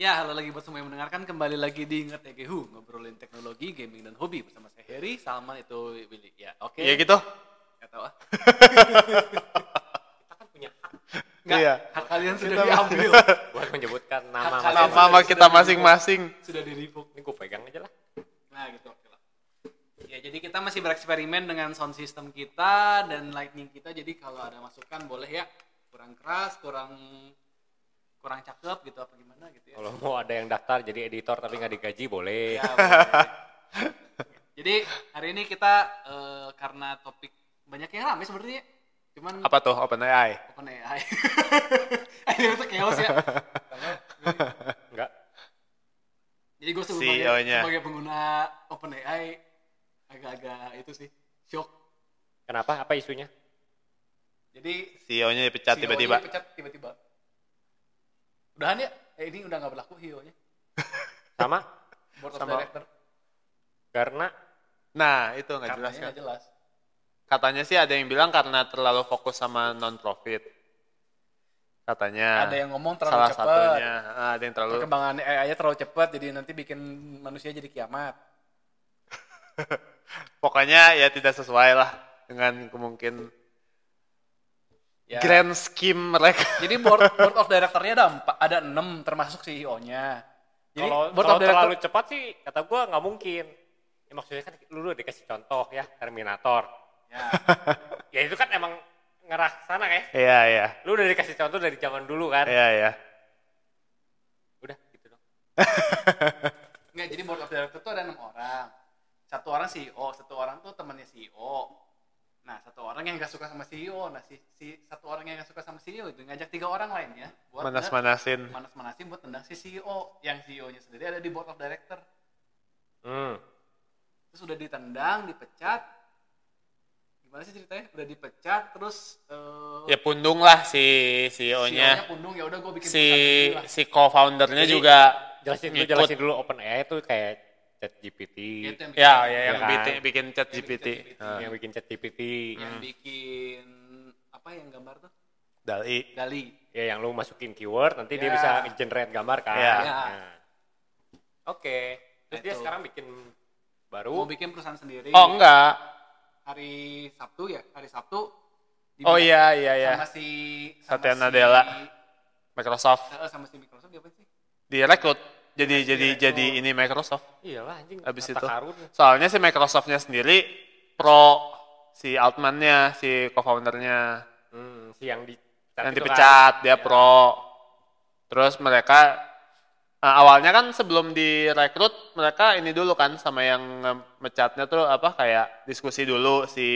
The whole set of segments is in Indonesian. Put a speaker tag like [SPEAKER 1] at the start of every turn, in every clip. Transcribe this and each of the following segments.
[SPEAKER 1] Ya, halo lagi buat semua yang mendengarkan. Kembali lagi di Ingat EGHU, ngobrolin teknologi, gaming, dan hobi. Bersama saya Heri, Salman itu Willy. Ya, oke.
[SPEAKER 2] Iya gitu.
[SPEAKER 1] Nggak tahu ah.
[SPEAKER 3] Kita kan punya hak
[SPEAKER 1] Nggak,
[SPEAKER 2] Iya.
[SPEAKER 1] hak kalian sudah
[SPEAKER 2] Kita-
[SPEAKER 1] diambil.
[SPEAKER 3] buat menyebutkan
[SPEAKER 1] Hak
[SPEAKER 3] nama
[SPEAKER 1] kalian.
[SPEAKER 3] masing-masing.
[SPEAKER 2] Nama kita masing-masing.
[SPEAKER 1] sudah di revoke.
[SPEAKER 3] Ini gue pegang aja lah.
[SPEAKER 1] Nah, gitu. Oke lah. Ya, jadi kita masih bereksperimen dengan sound system kita dan lightning kita. Jadi kalau ada masukan boleh ya. Kurang keras, kurang kurang cakep gitu apa gimana gitu ya.
[SPEAKER 3] Kalau mau ada yang daftar jadi editor tapi nggak digaji boleh.
[SPEAKER 1] Ya, boleh. Jadi hari ini kita eh, karena topik banyak yang rame sebenarnya, cuman
[SPEAKER 2] Apa tuh OpenAI?
[SPEAKER 1] open AI. Ini itu chaos ya.
[SPEAKER 3] Enggak.
[SPEAKER 1] Jadi gue sebagai,
[SPEAKER 2] CEO-nya.
[SPEAKER 1] sebagai pengguna open AI agak-agak itu sih shock.
[SPEAKER 3] Kenapa? Apa isunya?
[SPEAKER 1] Jadi
[SPEAKER 2] CEO-nya E dipecat
[SPEAKER 1] CEO-nya
[SPEAKER 2] tiba-tiba.
[SPEAKER 1] E dipecat tiba-tiba. Udahan ya? Eh, ini udah nggak berlaku hio-nya.
[SPEAKER 3] Sama?
[SPEAKER 1] Board of
[SPEAKER 2] Sama.
[SPEAKER 1] Director.
[SPEAKER 3] Karena
[SPEAKER 2] Nah, itu nggak
[SPEAKER 1] Katanya
[SPEAKER 2] jelas kan.
[SPEAKER 1] nggak jelas.
[SPEAKER 2] Katanya sih ada yang bilang karena terlalu fokus sama non-profit. Katanya.
[SPEAKER 1] Ada yang ngomong terlalu
[SPEAKER 2] Nah, Salah
[SPEAKER 1] cepat.
[SPEAKER 2] satunya. Ah, ada yang terlalu...
[SPEAKER 1] Perkembangan AI-nya terlalu cepat, jadi nanti bikin manusia jadi kiamat.
[SPEAKER 2] Pokoknya ya tidak sesuai lah dengan mungkin
[SPEAKER 1] Ya.
[SPEAKER 2] grand scheme mereka.
[SPEAKER 1] Jadi board board of directornya ada empat, ada enam termasuk CEO-nya. Jadi
[SPEAKER 3] kalau
[SPEAKER 1] board
[SPEAKER 3] kalau
[SPEAKER 1] of director
[SPEAKER 3] terlalu cepat sih kata gue nggak mungkin. Ya, maksudnya kan lu udah dikasih contoh ya Terminator.
[SPEAKER 1] Ya.
[SPEAKER 3] Ya itu kan emang ngerah ke sana ya.
[SPEAKER 2] Iya, iya.
[SPEAKER 3] Lu udah dikasih contoh dari zaman dulu kan.
[SPEAKER 2] Iya, iya.
[SPEAKER 3] Udah gitu dong.
[SPEAKER 1] Nggak, jadi board of director tuh ada enam orang. Satu orang CEO, satu orang tuh temannya CEO. Nah, satu orang yang nggak suka sama CEO, nah si, si satu orang yang nggak suka sama CEO itu ngajak tiga orang lainnya buat nge-
[SPEAKER 2] Manas-manasin.
[SPEAKER 1] manas-manasin buat tendang si CEO. Yang CEO-nya sendiri ada di board of director.
[SPEAKER 3] Hmm.
[SPEAKER 1] Terus udah ditendang, dipecat. Gimana sih ceritanya? Udah dipecat, terus eh,
[SPEAKER 2] Ya pundung lah si
[SPEAKER 1] E
[SPEAKER 2] CEO-nya.
[SPEAKER 1] CEO-nya pundung, ya udah gue bikin
[SPEAKER 2] Si
[SPEAKER 1] perusahaan sendiri lah.
[SPEAKER 2] si co-foundernya
[SPEAKER 3] Jadi,
[SPEAKER 2] juga
[SPEAKER 3] Jelasin dulu,
[SPEAKER 2] ngikut.
[SPEAKER 3] jelasin dulu open AI itu kayak chat GPT.
[SPEAKER 1] Gitu yang bikin-
[SPEAKER 2] Ya, ya yang
[SPEAKER 3] kan?
[SPEAKER 2] bikin, bikin chat
[SPEAKER 1] Yang Hmm. bikin
[SPEAKER 2] GPT.
[SPEAKER 1] ChatGPT.
[SPEAKER 2] Ah.
[SPEAKER 3] Yang bikin chat GPT.
[SPEAKER 1] yang bikin apa yang gambar tuh
[SPEAKER 2] Dali.
[SPEAKER 1] Dali
[SPEAKER 3] Ya yang lu masukin keyword nanti dia
[SPEAKER 1] Ya.
[SPEAKER 3] bisa generate gambar kan.
[SPEAKER 2] Ya.
[SPEAKER 1] Ya.
[SPEAKER 3] Nah. Oke. Terus
[SPEAKER 1] Nah,
[SPEAKER 3] dia
[SPEAKER 1] itu.
[SPEAKER 3] sekarang bikin
[SPEAKER 1] mau
[SPEAKER 3] baru.
[SPEAKER 1] bikin perusahaan sendiri
[SPEAKER 2] Oh enggak.
[SPEAKER 1] hari Sabtu ya hari Sabtu
[SPEAKER 2] Oh
[SPEAKER 1] dibilang
[SPEAKER 2] iya iya iya.
[SPEAKER 1] sama si
[SPEAKER 2] Satya Nadella. Microsoft
[SPEAKER 1] eh, sama si Microsoft dia apa sih
[SPEAKER 2] direkrut. Jadi jadi
[SPEAKER 1] Direkrut.
[SPEAKER 2] jadi ini Microsoft.
[SPEAKER 3] Iyalah anjing.
[SPEAKER 2] Abis
[SPEAKER 3] harta
[SPEAKER 2] itu.
[SPEAKER 3] karun.
[SPEAKER 2] Soalnya si Microsoftnya sendiri pro si Altman-nya, si co-foundernya
[SPEAKER 3] Hmm, si yang di
[SPEAKER 2] yang
[SPEAKER 3] itu kan.
[SPEAKER 2] dipecat dia
[SPEAKER 3] Ya.
[SPEAKER 2] pro. Terus mereka eh, awalnya kan sebelum direkrut mereka ini dulu kan sama yang mecatnya tuh apa kayak diskusi dulu si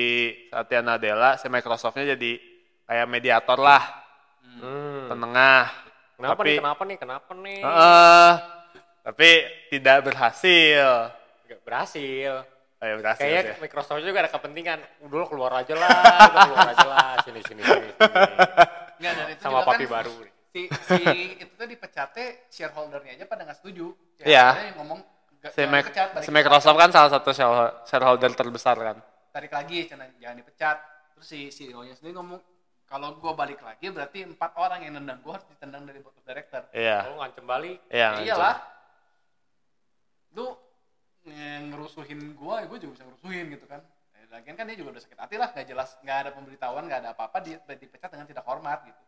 [SPEAKER 2] Satya Nadella, si Microsoftnya jadi kayak mediator lah.
[SPEAKER 3] Hmm.
[SPEAKER 2] penengah.
[SPEAKER 3] Kenapa
[SPEAKER 2] tapi,
[SPEAKER 3] nih? Kenapa nih? Kenapa nih?
[SPEAKER 2] Heeh. tapi tidak berhasil.
[SPEAKER 3] Nggak berhasil.
[SPEAKER 2] Eh, berhasil
[SPEAKER 3] Kayaknya
[SPEAKER 2] sih.
[SPEAKER 3] Microsoft juga ada kepentingan. Udah lo keluar aja lah, udah keluar aja lah. Sini sini sini. kan- sini.
[SPEAKER 1] Nggak, dan itu
[SPEAKER 3] Sama
[SPEAKER 1] juga kan
[SPEAKER 3] papi baru.
[SPEAKER 1] si, si itu tuh dipecatnya shareholdernya aja pada nggak setuju
[SPEAKER 2] Iya.
[SPEAKER 1] Shareholdernya yang ngomong nggak-
[SPEAKER 2] Si,
[SPEAKER 1] jangan
[SPEAKER 2] Mac-
[SPEAKER 1] dipecat, tarik,
[SPEAKER 2] si Microsoft kan salah satu share- shareholder terbesar kan.
[SPEAKER 1] tarik lagi jangan, jangan dipecat terus si CEO-nya sendiri ngomong kalau gue balik lagi berarti empat orang yang nendang gue harus ditendang dari board of director
[SPEAKER 2] Iya.
[SPEAKER 3] Lo ngancem balik.
[SPEAKER 2] Iya.
[SPEAKER 1] Ya iyalah. Lu nge- ngerusuhin gua, ya gua juga bisa ngerusuhin gitu kan. Eh, Lagian kan dia juga udah sakit hati lah, nggak jelas, nggak ada pemberitahuan, nggak ada apa-apa, dia dipecat dengan tidak hormat gitu.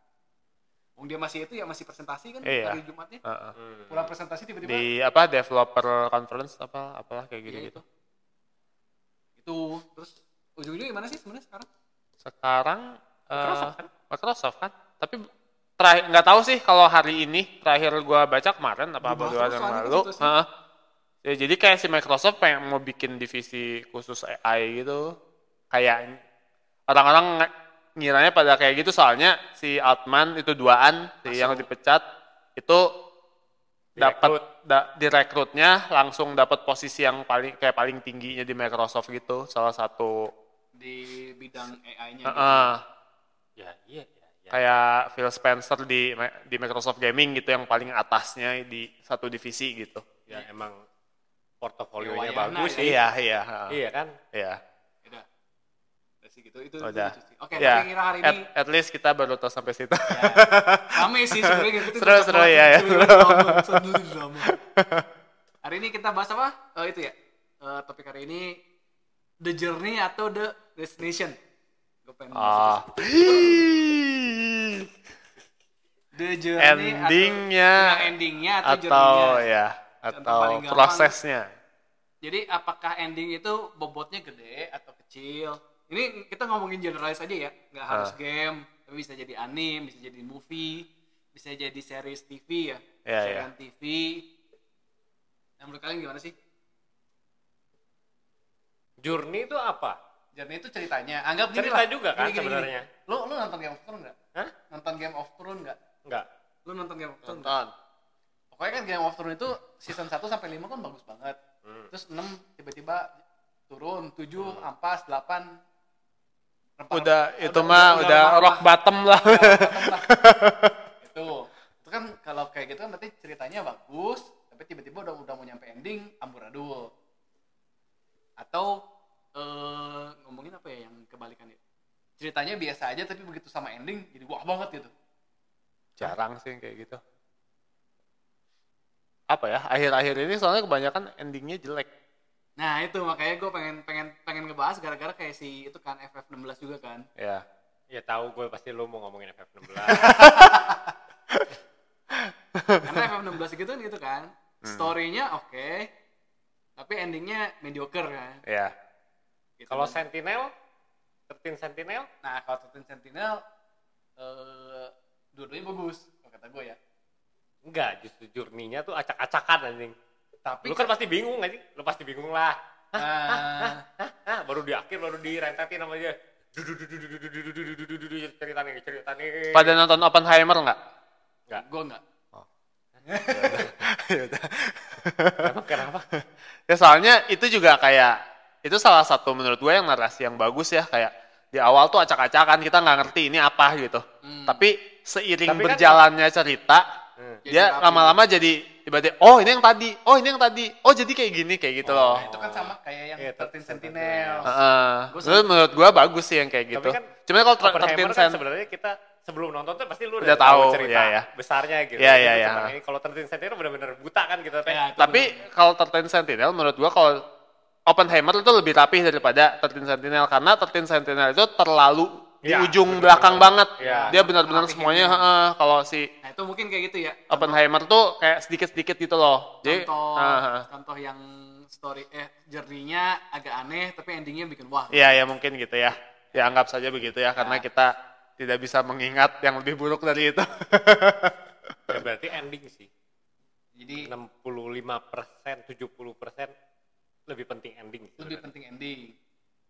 [SPEAKER 1] Wong dia masih itu ya masih presentasi kan
[SPEAKER 2] Iya.
[SPEAKER 1] hari Jumatnya.
[SPEAKER 2] Heeh.
[SPEAKER 3] Hmm.
[SPEAKER 1] Pulang presentasi tiba-tiba
[SPEAKER 2] Di apa developer conference apa apalah kayak
[SPEAKER 1] Iya,
[SPEAKER 2] gitu-gitu.
[SPEAKER 1] itu terus ujung-ujungnya gimana sih sebenarnya sekarang?
[SPEAKER 2] Sekarang eh,
[SPEAKER 3] Microsoft kan?
[SPEAKER 2] Microsoft kan. Tapi terakhir nggak tahu sih kalau hari ini terakhir gua baca kemarin apa
[SPEAKER 1] Berubah
[SPEAKER 2] berdua
[SPEAKER 1] terus
[SPEAKER 2] yang
[SPEAKER 1] soalnya
[SPEAKER 2] lalu.
[SPEAKER 1] situasi.
[SPEAKER 2] Heeh. Ya, jadi kayak si Microsoft pengen mau bikin divisi khusus AI gitu. Kayak orang-orang nge- ngiranya pada kayak gitu soalnya si Altman itu duaan si yang dipecat itu dapat da- direkrutnya langsung dapat posisi yang paling kayak paling tingginya di Microsoft gitu salah satu
[SPEAKER 1] Di bidang gitu AI-nya.
[SPEAKER 2] Heeh.
[SPEAKER 3] Ya iya iya. iya.
[SPEAKER 2] kayak Phil Spencer di di Microsoft Gaming gitu yang paling atasnya di satu divisi gitu.
[SPEAKER 3] ya emang portofolionya
[SPEAKER 1] Wayana ya.
[SPEAKER 3] bagus sih.
[SPEAKER 2] Iya, iya. ha.
[SPEAKER 3] Iya kan?
[SPEAKER 2] Iya.
[SPEAKER 1] Gitu. ya. Udah. udah sih gitu itu itu
[SPEAKER 2] Udah.
[SPEAKER 1] lucu sih. oke tapi
[SPEAKER 2] Ya,
[SPEAKER 1] kira hari
[SPEAKER 2] at,
[SPEAKER 1] ini
[SPEAKER 2] at least kita baru tahu sampai situ.
[SPEAKER 1] ya, rame sih sebenarnya gitu
[SPEAKER 2] Seru, seru, ya, ya.
[SPEAKER 1] seru drama hari ini kita bahas apa Eh, itu ya Eh, topik hari ini the journey atau the destination gue pengen bahas
[SPEAKER 2] Ah.
[SPEAKER 1] itu. the journey atau-
[SPEAKER 2] Endingnya
[SPEAKER 1] nah, endingnya atau,
[SPEAKER 2] atau
[SPEAKER 1] journey-nya.
[SPEAKER 2] ya
[SPEAKER 1] Contoh
[SPEAKER 2] atau
[SPEAKER 1] paling gampang.
[SPEAKER 2] prosesnya.
[SPEAKER 1] Jadi apakah ending itu bobotnya gede atau kecil? Ini kita ngomongin generalis aja ya, nggak
[SPEAKER 2] Ah.
[SPEAKER 1] harus game, tapi bisa jadi anime, bisa jadi movie, bisa jadi series TV ya,
[SPEAKER 2] Iya,
[SPEAKER 1] serial TV. Nah, menurut kalian gimana sih?
[SPEAKER 3] Journey itu apa?
[SPEAKER 1] Journey itu ceritanya, anggap gini
[SPEAKER 3] Cerita
[SPEAKER 1] lah.
[SPEAKER 3] juga kan
[SPEAKER 1] Gini, gini, gini.
[SPEAKER 3] sebenarnya.
[SPEAKER 1] Lu lu nonton Game of Thrones nggak?
[SPEAKER 3] Hah?
[SPEAKER 1] Nonton Game of Thrones nggak?
[SPEAKER 3] Enggak.
[SPEAKER 1] Lu nonton Game of Thrones? nggak?
[SPEAKER 2] Nonton.
[SPEAKER 1] Pokoknya kan Game of Thrones itu season 1 sampai 5 kan bagus banget.
[SPEAKER 3] Hmm.
[SPEAKER 1] Terus 6 tiba-tiba turun, 7 ampas, 8
[SPEAKER 2] Udah itu mah udah rock bottom lah.
[SPEAKER 1] itu itu kan kalau kayak gitu kan berarti ceritanya bagus tapi tiba-tiba udah udah mau nyampe ending amburadul atau eh, ngomongin apa ya yang kebalikannya ceritanya biasa aja tapi begitu sama ending jadi wah banget gitu
[SPEAKER 2] Jarang sih yang kayak gitu. Apa ya? Akhir-akhir ini soalnya kebanyakan endingnya jelek.
[SPEAKER 1] nah itu makanya gue pengen pengen pengen ngebahas gara-gara kayak si itu kan FF16 juga kan
[SPEAKER 2] Ya.
[SPEAKER 3] Ya tahu gue pasti lu mau ngomongin FF16.
[SPEAKER 1] karena FF16 gitu kan gitu kan storynya oke tapi endingnya mediocre kan
[SPEAKER 2] Ya.
[SPEAKER 1] Gitu.
[SPEAKER 3] Kalau Sentinel, 13 Sentinel,
[SPEAKER 1] Nah, kalau Titan Sentinel eh dua-duanya bagus, kalau kata gue ya.
[SPEAKER 3] enggak, justru journey-nya tuh acak-acakan anjing.
[SPEAKER 1] Tapi
[SPEAKER 3] Lu kan pasti bingung anjing, lu pasti bingung lah.
[SPEAKER 1] nah,
[SPEAKER 3] Hah, baru di akhir baru direntetin sama dia. Dudududududududududududududududududududududududududu, cerita nih, cerita nih.
[SPEAKER 2] Pada nonton Oppenheimer nggak?
[SPEAKER 3] Enggak.
[SPEAKER 1] gue enggak.
[SPEAKER 2] Ya udah.
[SPEAKER 3] Kenapa? Kenapa?
[SPEAKER 2] ya soalnya itu juga kayak itu salah satu menurut gue yang narasi yang bagus ya kayak di awal tuh acak-acakan kita nggak ngerti ini apa gitu
[SPEAKER 1] Hmm.
[SPEAKER 2] tapi seiring
[SPEAKER 3] Tapi kan-
[SPEAKER 2] berjalannya cerita
[SPEAKER 3] Hmm.
[SPEAKER 1] Jadi
[SPEAKER 2] dia
[SPEAKER 1] rapi.
[SPEAKER 2] lama-lama jadi tiba-tiba oh ini yang tadi oh ini yang tadi oh jadi kayak gini kayak gitu loh
[SPEAKER 1] Nah, itu kan sama kayak yang
[SPEAKER 3] Iya,
[SPEAKER 1] Titan
[SPEAKER 3] Titan
[SPEAKER 1] Sentinel.
[SPEAKER 3] Sentinel.
[SPEAKER 2] Heeh.
[SPEAKER 1] Gua
[SPEAKER 2] Terus menurut gue bagus sih yang kayak
[SPEAKER 3] Tapi
[SPEAKER 2] gitu
[SPEAKER 3] kan
[SPEAKER 2] cuman kalau ter-
[SPEAKER 3] Oppenheimer
[SPEAKER 2] tertin
[SPEAKER 3] kan
[SPEAKER 2] sen-
[SPEAKER 3] sebenarnya kita sebelum nonton tuh pasti lu
[SPEAKER 2] Udah tahu,
[SPEAKER 3] cerita
[SPEAKER 2] iya, iya.
[SPEAKER 3] besarnya gitu.
[SPEAKER 2] Iya, iya,
[SPEAKER 3] Gitu,
[SPEAKER 2] iya.
[SPEAKER 3] tentang ini. Kalau 13 Sentinel benar-benar buta kan kita teh.
[SPEAKER 1] Ya, itu
[SPEAKER 2] tapi
[SPEAKER 1] bener.
[SPEAKER 2] kalau 13 Sentinel menurut gua kalau Oppenheimer itu lebih rapih daripada 13 Sentinel karena 13 Sentinel itu terlalu di
[SPEAKER 3] Iya,
[SPEAKER 2] ujung
[SPEAKER 3] bener-bener.
[SPEAKER 2] belakang banget.
[SPEAKER 3] Iya. gitu.
[SPEAKER 2] Dia benar-benar
[SPEAKER 1] Rapihin
[SPEAKER 2] semuanya
[SPEAKER 1] dia.
[SPEAKER 2] heeh, kalau si
[SPEAKER 1] Nah, itu mungkin kayak gitu ya.
[SPEAKER 2] Oppenheimer tuh kayak sedikit-sedikit gitu loh. Jadi
[SPEAKER 1] Contoh,
[SPEAKER 2] heeh, heeh.
[SPEAKER 1] contoh yang story eh journey-nya agak aneh tapi endingnya bikin wah.
[SPEAKER 2] Iya ya mungkin gitu ya. Ya anggap saja begitu ya
[SPEAKER 3] Iya.
[SPEAKER 2] karena kita tidak bisa mengingat yang lebih buruk dari itu.
[SPEAKER 3] Ya, berarti ending sih.
[SPEAKER 1] Jadi
[SPEAKER 3] 65%, 70% lebih penting ending. gitu.
[SPEAKER 1] lebih penting ending.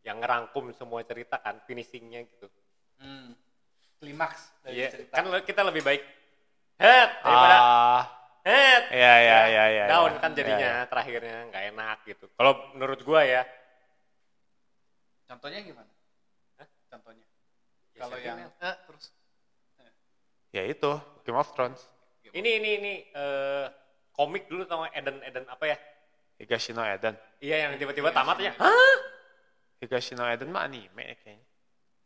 [SPEAKER 3] Yang ngerangkum semua cerita kan, finishingnya gitu.
[SPEAKER 1] Hmm. Klimaks dari
[SPEAKER 3] Iya,
[SPEAKER 1] cerita.
[SPEAKER 3] kan le- kita lebih baik head daripada
[SPEAKER 2] Ah,
[SPEAKER 3] head.
[SPEAKER 2] Iya, iya, iya, iya,
[SPEAKER 3] Down
[SPEAKER 2] iya.
[SPEAKER 3] kan jadinya
[SPEAKER 2] Iya,
[SPEAKER 3] terakhirnya nggak enak gitu. Kalau menurut gua ya,
[SPEAKER 1] Contohnya gimana? Hah? Contohnya.
[SPEAKER 3] ya
[SPEAKER 1] kalau yang
[SPEAKER 3] Sentinel.
[SPEAKER 1] eh, terus
[SPEAKER 2] ya itu Game of Thrones.
[SPEAKER 3] ini ini ini eh, komik dulu tau nggak? Eden Eden apa ya?
[SPEAKER 2] Higashi no Eden.
[SPEAKER 3] Iya yang tiba-tiba tamatnya. Hah?
[SPEAKER 2] Higashi no Eden mah anime kayaknya.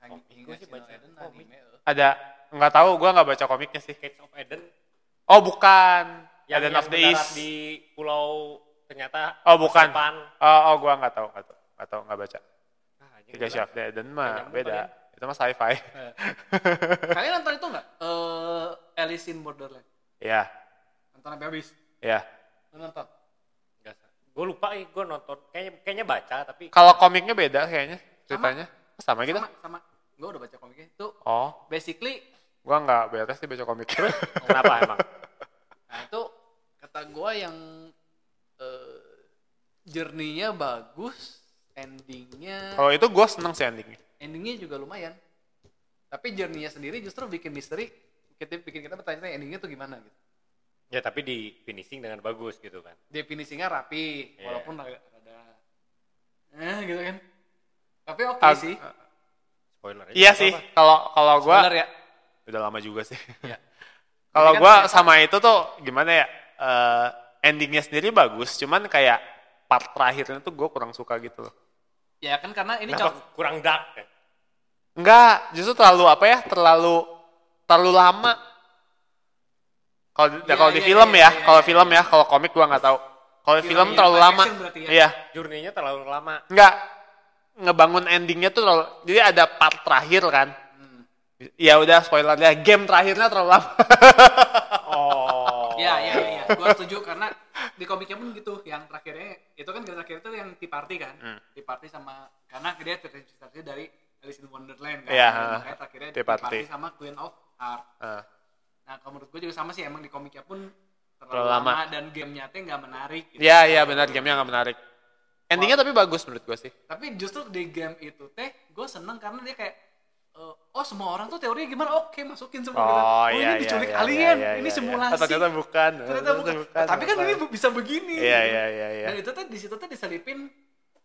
[SPEAKER 1] Hang-
[SPEAKER 3] Komik. Gua sih
[SPEAKER 1] Hingga
[SPEAKER 3] baca
[SPEAKER 1] Shinoeden
[SPEAKER 3] komik.
[SPEAKER 1] anime, eh.
[SPEAKER 2] Ada nggak tahu gua nggak baca komiknya sih.
[SPEAKER 3] Cage of Eden
[SPEAKER 2] Oh bukan.
[SPEAKER 3] yang,
[SPEAKER 2] Eden
[SPEAKER 3] yang
[SPEAKER 2] of the
[SPEAKER 3] mendarat
[SPEAKER 2] East.
[SPEAKER 3] di pulau ternyata
[SPEAKER 2] Oh, bukan.
[SPEAKER 3] Sepan.
[SPEAKER 2] Oh, oh gua nggak tahu, nggak tahu, nggak tahu, nggak baca.
[SPEAKER 3] Ah, anjing,
[SPEAKER 2] Tiga
[SPEAKER 3] gua-
[SPEAKER 2] Shaft the Eden mah
[SPEAKER 3] nyambung
[SPEAKER 2] beda. Itu mah sci-fi.
[SPEAKER 1] Kalian nonton itu nggak? Eh, Alice in Borderland.
[SPEAKER 2] Iya,
[SPEAKER 1] Nonton sampai habis.
[SPEAKER 2] iya.
[SPEAKER 1] Lu nonton?
[SPEAKER 3] Nggak sa- Gua lupa eh gua nonton kayaknya kayaknya baca tapi
[SPEAKER 2] Kalau komiknya beda kayaknya ceritanya. Sama, gitu.
[SPEAKER 1] Sama, sama. Gue udah baca komiknya. Itu
[SPEAKER 2] Oh,
[SPEAKER 1] basically,
[SPEAKER 2] gua nggak beres sih baca komik.
[SPEAKER 3] kenapa emang?
[SPEAKER 1] nah itu kata gue yang eh journey-nya bagus, endingnya,
[SPEAKER 2] Kalau itu gua seneng sih endingnya.
[SPEAKER 1] endingnya juga lumayan. Tapi journey-nya sendiri justru bikin misteri, kita bikin kita bertanya-tanya endingnya tuh gimana gitu.
[SPEAKER 3] Ya tapi di finishing dengan bagus gitu kan.
[SPEAKER 1] Definisinya rapi,
[SPEAKER 3] Iya.
[SPEAKER 1] walaupun ada, ada eh gitu kan. Tapi oke
[SPEAKER 2] Ag-
[SPEAKER 1] sih.
[SPEAKER 3] Spoiler aja.
[SPEAKER 2] Iya
[SPEAKER 3] nggak
[SPEAKER 2] sih.
[SPEAKER 3] apa-apa.
[SPEAKER 2] Kalau kalau gua
[SPEAKER 1] Bener ya.
[SPEAKER 2] udah lama juga sih.
[SPEAKER 1] Iya.
[SPEAKER 2] Kalau
[SPEAKER 1] Tapi kan
[SPEAKER 2] gua
[SPEAKER 1] ternyata-
[SPEAKER 2] sama itu tuh gimana ya? Eh, endingnya sendiri bagus, cuman kayak part terakhirnya tuh gua kurang suka gitu loh.
[SPEAKER 1] Ya kan karena ini
[SPEAKER 3] Kenapa
[SPEAKER 1] cocok
[SPEAKER 3] kurang dark ya?
[SPEAKER 2] Enggak, justru terlalu apa ya? Terlalu terlalu lama. Kalau di-
[SPEAKER 1] Iya,
[SPEAKER 2] kalau di
[SPEAKER 1] iya,
[SPEAKER 2] film
[SPEAKER 1] iya,
[SPEAKER 2] ya,
[SPEAKER 1] iya,
[SPEAKER 2] kalau
[SPEAKER 1] iya.
[SPEAKER 2] film ya, kalau komik gua nggak tahu. Kalau
[SPEAKER 1] Film
[SPEAKER 2] film
[SPEAKER 1] yang
[SPEAKER 2] terlalu
[SPEAKER 1] live
[SPEAKER 2] lama.
[SPEAKER 1] action berarti ya?
[SPEAKER 2] Iya,
[SPEAKER 3] Journey-nya terlalu lama.
[SPEAKER 2] enggak ngebangun endingnya tuh terlalu, jadi ada part terakhir kan.
[SPEAKER 1] Hmm.
[SPEAKER 2] Ya udah spoiler ya, game terakhirnya terlalu lama.
[SPEAKER 3] Oh.
[SPEAKER 1] Iya, iya, iya. Gue setuju karena di komiknya pun gitu. Yang terakhirnya, itu kan gara terakhir itu yang Tea Party kan.
[SPEAKER 2] Hmm.
[SPEAKER 1] Tea Party sama, karena dia terinspirasi dari Alice in Wonderland kan.
[SPEAKER 2] Iya,
[SPEAKER 1] Dan
[SPEAKER 2] heeh.
[SPEAKER 1] Makanya terakhirnya
[SPEAKER 2] Tea
[SPEAKER 1] Tea
[SPEAKER 2] Party.
[SPEAKER 1] Party. sama Queen of Heart.
[SPEAKER 2] Ah,
[SPEAKER 1] Nah, kalau menurut gue juga sama sih. Emang di komiknya pun terlalu,
[SPEAKER 2] Terlalu lama.
[SPEAKER 1] lama. dan gamenya tuh nggak menarik. gitu.
[SPEAKER 2] Iya, iya benar gamenya nggak menarik. Endingnya tapi bagus menurut gua sih.
[SPEAKER 1] Tapi justru di game itu teh, gue seneng karena dia kayak eh, oh semua orang tuh teorinya gimana? Oke masukin semua gitu.
[SPEAKER 2] iya,
[SPEAKER 1] ini diculik alien, ini simulasi.
[SPEAKER 2] Oh, ternyata bukan.
[SPEAKER 1] iya, Ternyata bukan. Tapi kan ini bisa begini.
[SPEAKER 2] Iya,
[SPEAKER 1] gitu.
[SPEAKER 2] iya, iya, iya.
[SPEAKER 1] Dan itu tuh di situ tuh diselipin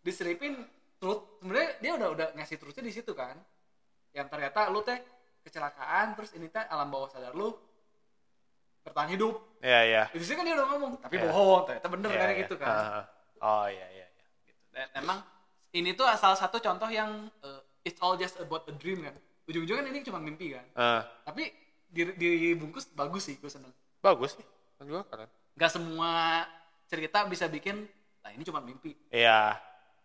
[SPEAKER 1] diselipin truth. Sebenarnya dia udah udah ngasih truthnya di situ kan. Yang ternyata lu teh kecelakaan terus ini teh alam bawah sadar lu bertahan hidup.
[SPEAKER 2] Iya, iya.
[SPEAKER 1] Di situ kan dia udah ngomong, tapi
[SPEAKER 2] Iya.
[SPEAKER 1] bohong, ternyata bener
[SPEAKER 2] Iya,
[SPEAKER 1] kayak
[SPEAKER 2] iya.
[SPEAKER 1] gitu kan.
[SPEAKER 2] Ah, ah. Oh, iya, iya. iya.
[SPEAKER 1] Dan emang ini tuh salah satu contoh yang eh, it's all just about a dream kan. Ujung-ujungnya kan ini cuma mimpi kan.
[SPEAKER 2] Ah,
[SPEAKER 1] Tapi di- dibungkus bagus sih, gue seneng.
[SPEAKER 2] bagus nih. Menurut gua keren.
[SPEAKER 1] Gak semua cerita bisa bikin, nah ini cuma mimpi.
[SPEAKER 2] Iya,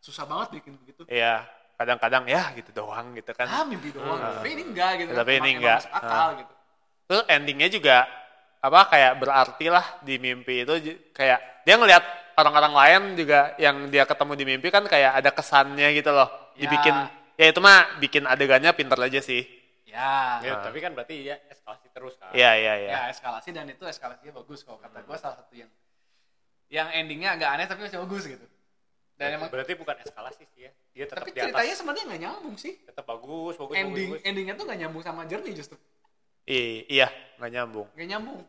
[SPEAKER 1] Susah banget bikin begitu.
[SPEAKER 2] iya. Kadang-kadang ya gitu doang gitu kan.
[SPEAKER 1] ah mimpi doang
[SPEAKER 2] Hmm.
[SPEAKER 1] tapi ini enggak gitu
[SPEAKER 2] Tapi ini
[SPEAKER 1] Emang- emang
[SPEAKER 2] enggak.
[SPEAKER 1] masuk akal
[SPEAKER 2] Ah.
[SPEAKER 1] gitu
[SPEAKER 2] Terus endingnya juga apa kayak berarti lah di mimpi itu ju- kayak dia ngelihat orang-orang lain juga yang dia ketemu di mimpi kan kayak ada kesannya gitu loh.
[SPEAKER 1] Ya.
[SPEAKER 2] Dibikin ya itu mah bikin adegannya pinter aja sih.
[SPEAKER 1] ya
[SPEAKER 3] Ya, tapi kan berarti ya eskalasi terus kan.
[SPEAKER 2] Iya, iya, iya.
[SPEAKER 1] ya eskalasi dan itu eskalasinya bagus kalau kata gue salah satu yang yang endingnya agak aneh tapi masih bagus gitu dan emang
[SPEAKER 3] berarti bukan eskalasi sih ya. Dia tetap
[SPEAKER 1] tapi
[SPEAKER 3] di atas.
[SPEAKER 1] ceritanya sebenarnya nggak nyambung sih
[SPEAKER 3] tetap bagus, bagus,
[SPEAKER 1] ending
[SPEAKER 3] bagus. bagus.
[SPEAKER 1] endingnya tuh nggak nyambung sama journey justru
[SPEAKER 2] I- iya, nggak nyambung.
[SPEAKER 1] nggak nyambung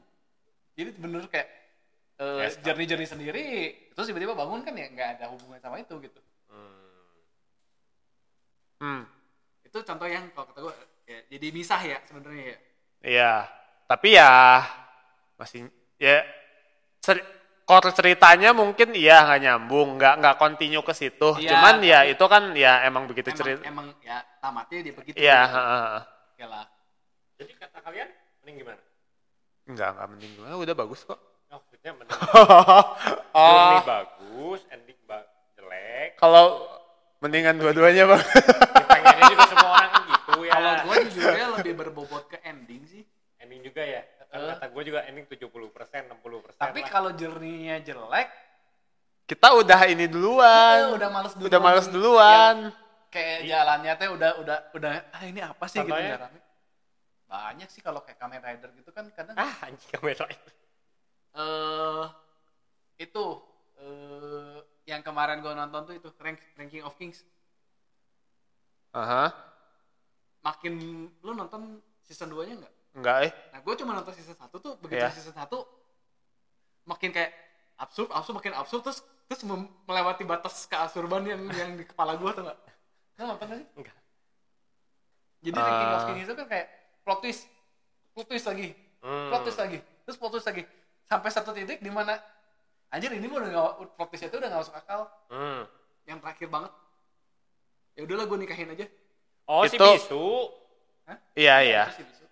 [SPEAKER 1] jadi bener kayak
[SPEAKER 3] Ya,
[SPEAKER 1] eh
[SPEAKER 3] sekarang.
[SPEAKER 1] journey journey sendiri terus tiba-tiba bangun kan ya nggak ada hubungan sama itu gitu
[SPEAKER 3] Hmm.
[SPEAKER 2] Hmm.
[SPEAKER 1] itu contoh yang kalau kata gue ya, jadi misah ya sebenarnya ya
[SPEAKER 2] Iya, tapi ya masih ya cer- core ceritanya mungkin iya nggak nyambung, nggak nggak continue ke situ.
[SPEAKER 1] Iya,
[SPEAKER 2] Cuman ya
[SPEAKER 1] tapi-
[SPEAKER 2] itu kan ya emang begitu
[SPEAKER 1] emang,
[SPEAKER 2] cerita.
[SPEAKER 1] emang ya tamatnya dia begitu
[SPEAKER 2] Iya,
[SPEAKER 1] gitu.
[SPEAKER 2] heeh.
[SPEAKER 1] Oke lah
[SPEAKER 3] Jadi kata kalian mending gimana?
[SPEAKER 2] nggak nggak penting gimana, udah bagus kok.
[SPEAKER 3] Oh, maksudnya mending journey
[SPEAKER 2] oh,
[SPEAKER 3] bagus, ending ba- jelek.
[SPEAKER 2] kalau mendingan dua-duanya bang.
[SPEAKER 3] Ya, Pengennya juga semua orang kan gitu
[SPEAKER 2] Iya.
[SPEAKER 3] ya.
[SPEAKER 1] Kalau gue jujurnya lebih berbobot ke ending sih.
[SPEAKER 3] ending juga ya. Kata,
[SPEAKER 1] Eh.
[SPEAKER 3] kata gue juga ending 70%, 60%.
[SPEAKER 1] Tapi
[SPEAKER 3] lah.
[SPEAKER 1] kalau journey-nya jelek, ya
[SPEAKER 2] Kita udah ini duluan,
[SPEAKER 1] Iya, udah males duluan.
[SPEAKER 2] udah males duluan.
[SPEAKER 1] Yang kayak jalannya teh udah udah udah ah ini apa sih gitu
[SPEAKER 3] Contohnya?
[SPEAKER 1] jarangnya. Banyak sih kalau kayak Kamen Rider gitu kan kadang eh
[SPEAKER 3] ah anjing kamera itu.
[SPEAKER 1] itu eh yang kemarin gue nonton tuh itu rank, Ranking of Kings.
[SPEAKER 2] Aha,
[SPEAKER 1] Makin lu nonton season 2-nya enggak?
[SPEAKER 2] nggak eh.
[SPEAKER 1] Nah, gue cuma nonton season 1 tuh begitu
[SPEAKER 2] Iya.
[SPEAKER 1] season 1 makin kayak absurd, absurd makin absurd terus terus mem- melewati batas keabsurban yang yang di kepala gue tuh enggak. Lo nonton nggak sih?
[SPEAKER 3] Enggak. Eh.
[SPEAKER 1] Jadi ranking of
[SPEAKER 2] Ah.
[SPEAKER 1] Kings itu kan kayak plot twist, plot twist lagi,
[SPEAKER 3] Hmm.
[SPEAKER 1] plot twist lagi, terus plot twist lagi sampai satu titik di mana anjir ini mah udah nggak plot twistnya itu udah nggak masuk akal
[SPEAKER 3] Hmm.
[SPEAKER 1] yang terakhir banget ya udahlah gue nikahin aja
[SPEAKER 3] Oh, si
[SPEAKER 2] Itu-
[SPEAKER 3] Bisu.
[SPEAKER 2] Iya
[SPEAKER 3] Ya.
[SPEAKER 2] iya.
[SPEAKER 1] Terus si Bisu.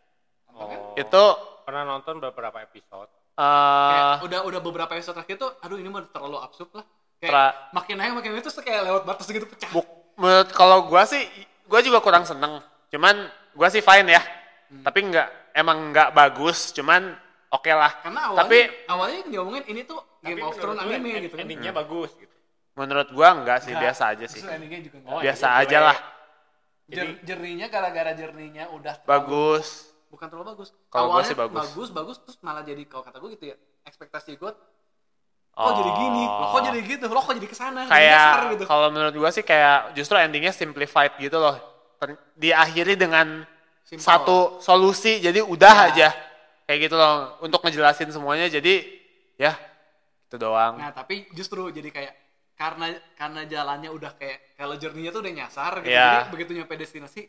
[SPEAKER 1] Nonton
[SPEAKER 3] Oh.
[SPEAKER 1] kan?
[SPEAKER 2] Itu
[SPEAKER 3] pernah nonton beberapa episode.
[SPEAKER 2] eh
[SPEAKER 1] kayak udah udah beberapa episode terakhir tuh aduh ini mah terlalu absurd lah kayak
[SPEAKER 2] Tra-
[SPEAKER 1] makin naik makin naik terus kayak lewat batas gitu pecah
[SPEAKER 2] Buk, menurut kalau gua sih gua juga kurang seneng cuman gua sih fine ya
[SPEAKER 1] Hmm.
[SPEAKER 2] tapi nggak emang nggak bagus cuman oke lah
[SPEAKER 1] karena awalnya
[SPEAKER 2] tapi
[SPEAKER 1] awalnya yang diomongin ini tuh Game
[SPEAKER 3] Tapi
[SPEAKER 1] of
[SPEAKER 3] menurut
[SPEAKER 1] Thrones
[SPEAKER 3] gue
[SPEAKER 1] anime
[SPEAKER 3] end-
[SPEAKER 1] gitu kan
[SPEAKER 3] Endingnya bagus gitu.
[SPEAKER 2] menurut gua nggak
[SPEAKER 1] Nggak.
[SPEAKER 2] sih Hmm. biasa aja sih
[SPEAKER 1] Terus endingnya ya. juga enggak.
[SPEAKER 3] Oh,
[SPEAKER 2] biasa
[SPEAKER 3] endingnya
[SPEAKER 2] aja
[SPEAKER 3] jelek.
[SPEAKER 2] lah
[SPEAKER 1] Jer- jerninya gara-gara jerninya udah terlalu-
[SPEAKER 2] bagus
[SPEAKER 1] bukan terlalu bagus
[SPEAKER 2] Kalau gua
[SPEAKER 1] awalnya
[SPEAKER 2] sih bagus.
[SPEAKER 1] bagus bagus terus malah jadi kalau kata gue gitu ya ekspektasi gue kok jadi gini loh kok jadi gitu loh kok jadi kesana jadi
[SPEAKER 2] Oh. kayak
[SPEAKER 1] kasar gitu
[SPEAKER 2] kalau menurut gua sih kayak justru endingnya simplified gitu loh Ter- diakhiri dengan
[SPEAKER 1] Simple.
[SPEAKER 2] satu solusi jadi udah
[SPEAKER 1] Ya.
[SPEAKER 2] aja kayak gitu loh untuk ngejelasin semuanya jadi ya itu doang
[SPEAKER 1] Nah, tapi justru jadi kayak karena karena jalannya udah kayak kalau journey-nya tuh udah nyasar gitu.
[SPEAKER 2] Iya.
[SPEAKER 1] Jadi begitu nyampe destinasi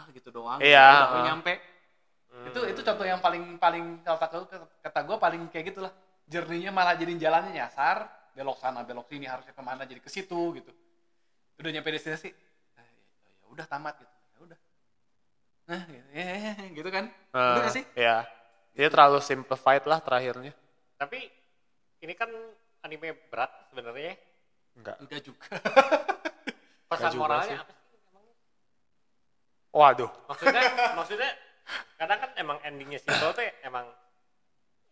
[SPEAKER 1] ah gitu doang.
[SPEAKER 2] Iya,
[SPEAKER 1] Gitu, baru
[SPEAKER 2] heeh.
[SPEAKER 1] nyampe. Itu itu contoh yang paling paling kata gua- kata gue paling kayak gitulah. Journey-nya malah jadi jalannya nyasar, belok sana, belok sini, harusnya kemana jadi ke situ gitu. Udah nyampe destinasi. eh, Ya udah tamat gitu. Ya udah. nah gitu, eh, gitu kan
[SPEAKER 2] Eh,
[SPEAKER 1] bener gak sih
[SPEAKER 2] Iya. Dia terlalu simplified lah terakhirnya.
[SPEAKER 3] Tapi ini kan anime berat sebenarnya.
[SPEAKER 2] Enggak.
[SPEAKER 1] enggak juga
[SPEAKER 2] juga
[SPEAKER 3] Pesan
[SPEAKER 2] sih.
[SPEAKER 3] moralnya apa sih?
[SPEAKER 2] Waduh.
[SPEAKER 3] Maksudnya, maksudnya kadang kan emang endingnya simpel tuh emang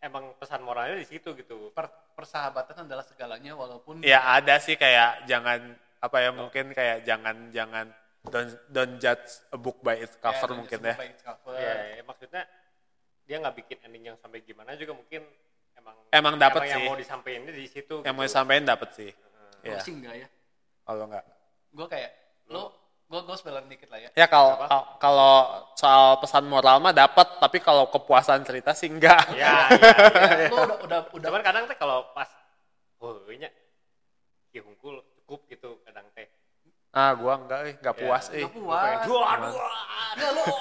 [SPEAKER 3] emang pesan moralnya di situ gitu.
[SPEAKER 1] Per- persahabatan adalah segalanya walaupun
[SPEAKER 2] Ya ada sih kayak jangan apa ya mungkin kayak jangan jangan don't don't judge a book by its cover
[SPEAKER 1] dan
[SPEAKER 2] mungkin ya.
[SPEAKER 1] disebut by its gitu, cover.
[SPEAKER 3] Ya, ya, maksudnya dia nggak bikin ending yang sampai gimana juga mungkin emang
[SPEAKER 2] Emang dapet
[SPEAKER 3] yang
[SPEAKER 2] sih.
[SPEAKER 3] mau disampaikan di situ.
[SPEAKER 2] Yang mau
[SPEAKER 3] gitu. Eh,
[SPEAKER 2] disampaikan dapat sih. Iya.
[SPEAKER 1] Closing enggak ya
[SPEAKER 2] Kalau enggak.
[SPEAKER 1] gue kayak lo gue gue spoiler dikit lah ya
[SPEAKER 2] Ya kalau
[SPEAKER 3] Apa?
[SPEAKER 2] kalau- kalau soal pesan moral mah dapat, tapi kalau kepuasan cerita sih enggak.
[SPEAKER 3] Ya, ya, ya.
[SPEAKER 1] lo udah udah udah
[SPEAKER 3] Cuman kadang teh kalau pas wahnya ki hungkul cukup gitu kadang teh.
[SPEAKER 2] Ah, gua enggak, eh, enggak
[SPEAKER 3] Ya,
[SPEAKER 2] puas, eh.
[SPEAKER 1] udah puas
[SPEAKER 3] Dua, dua, dua,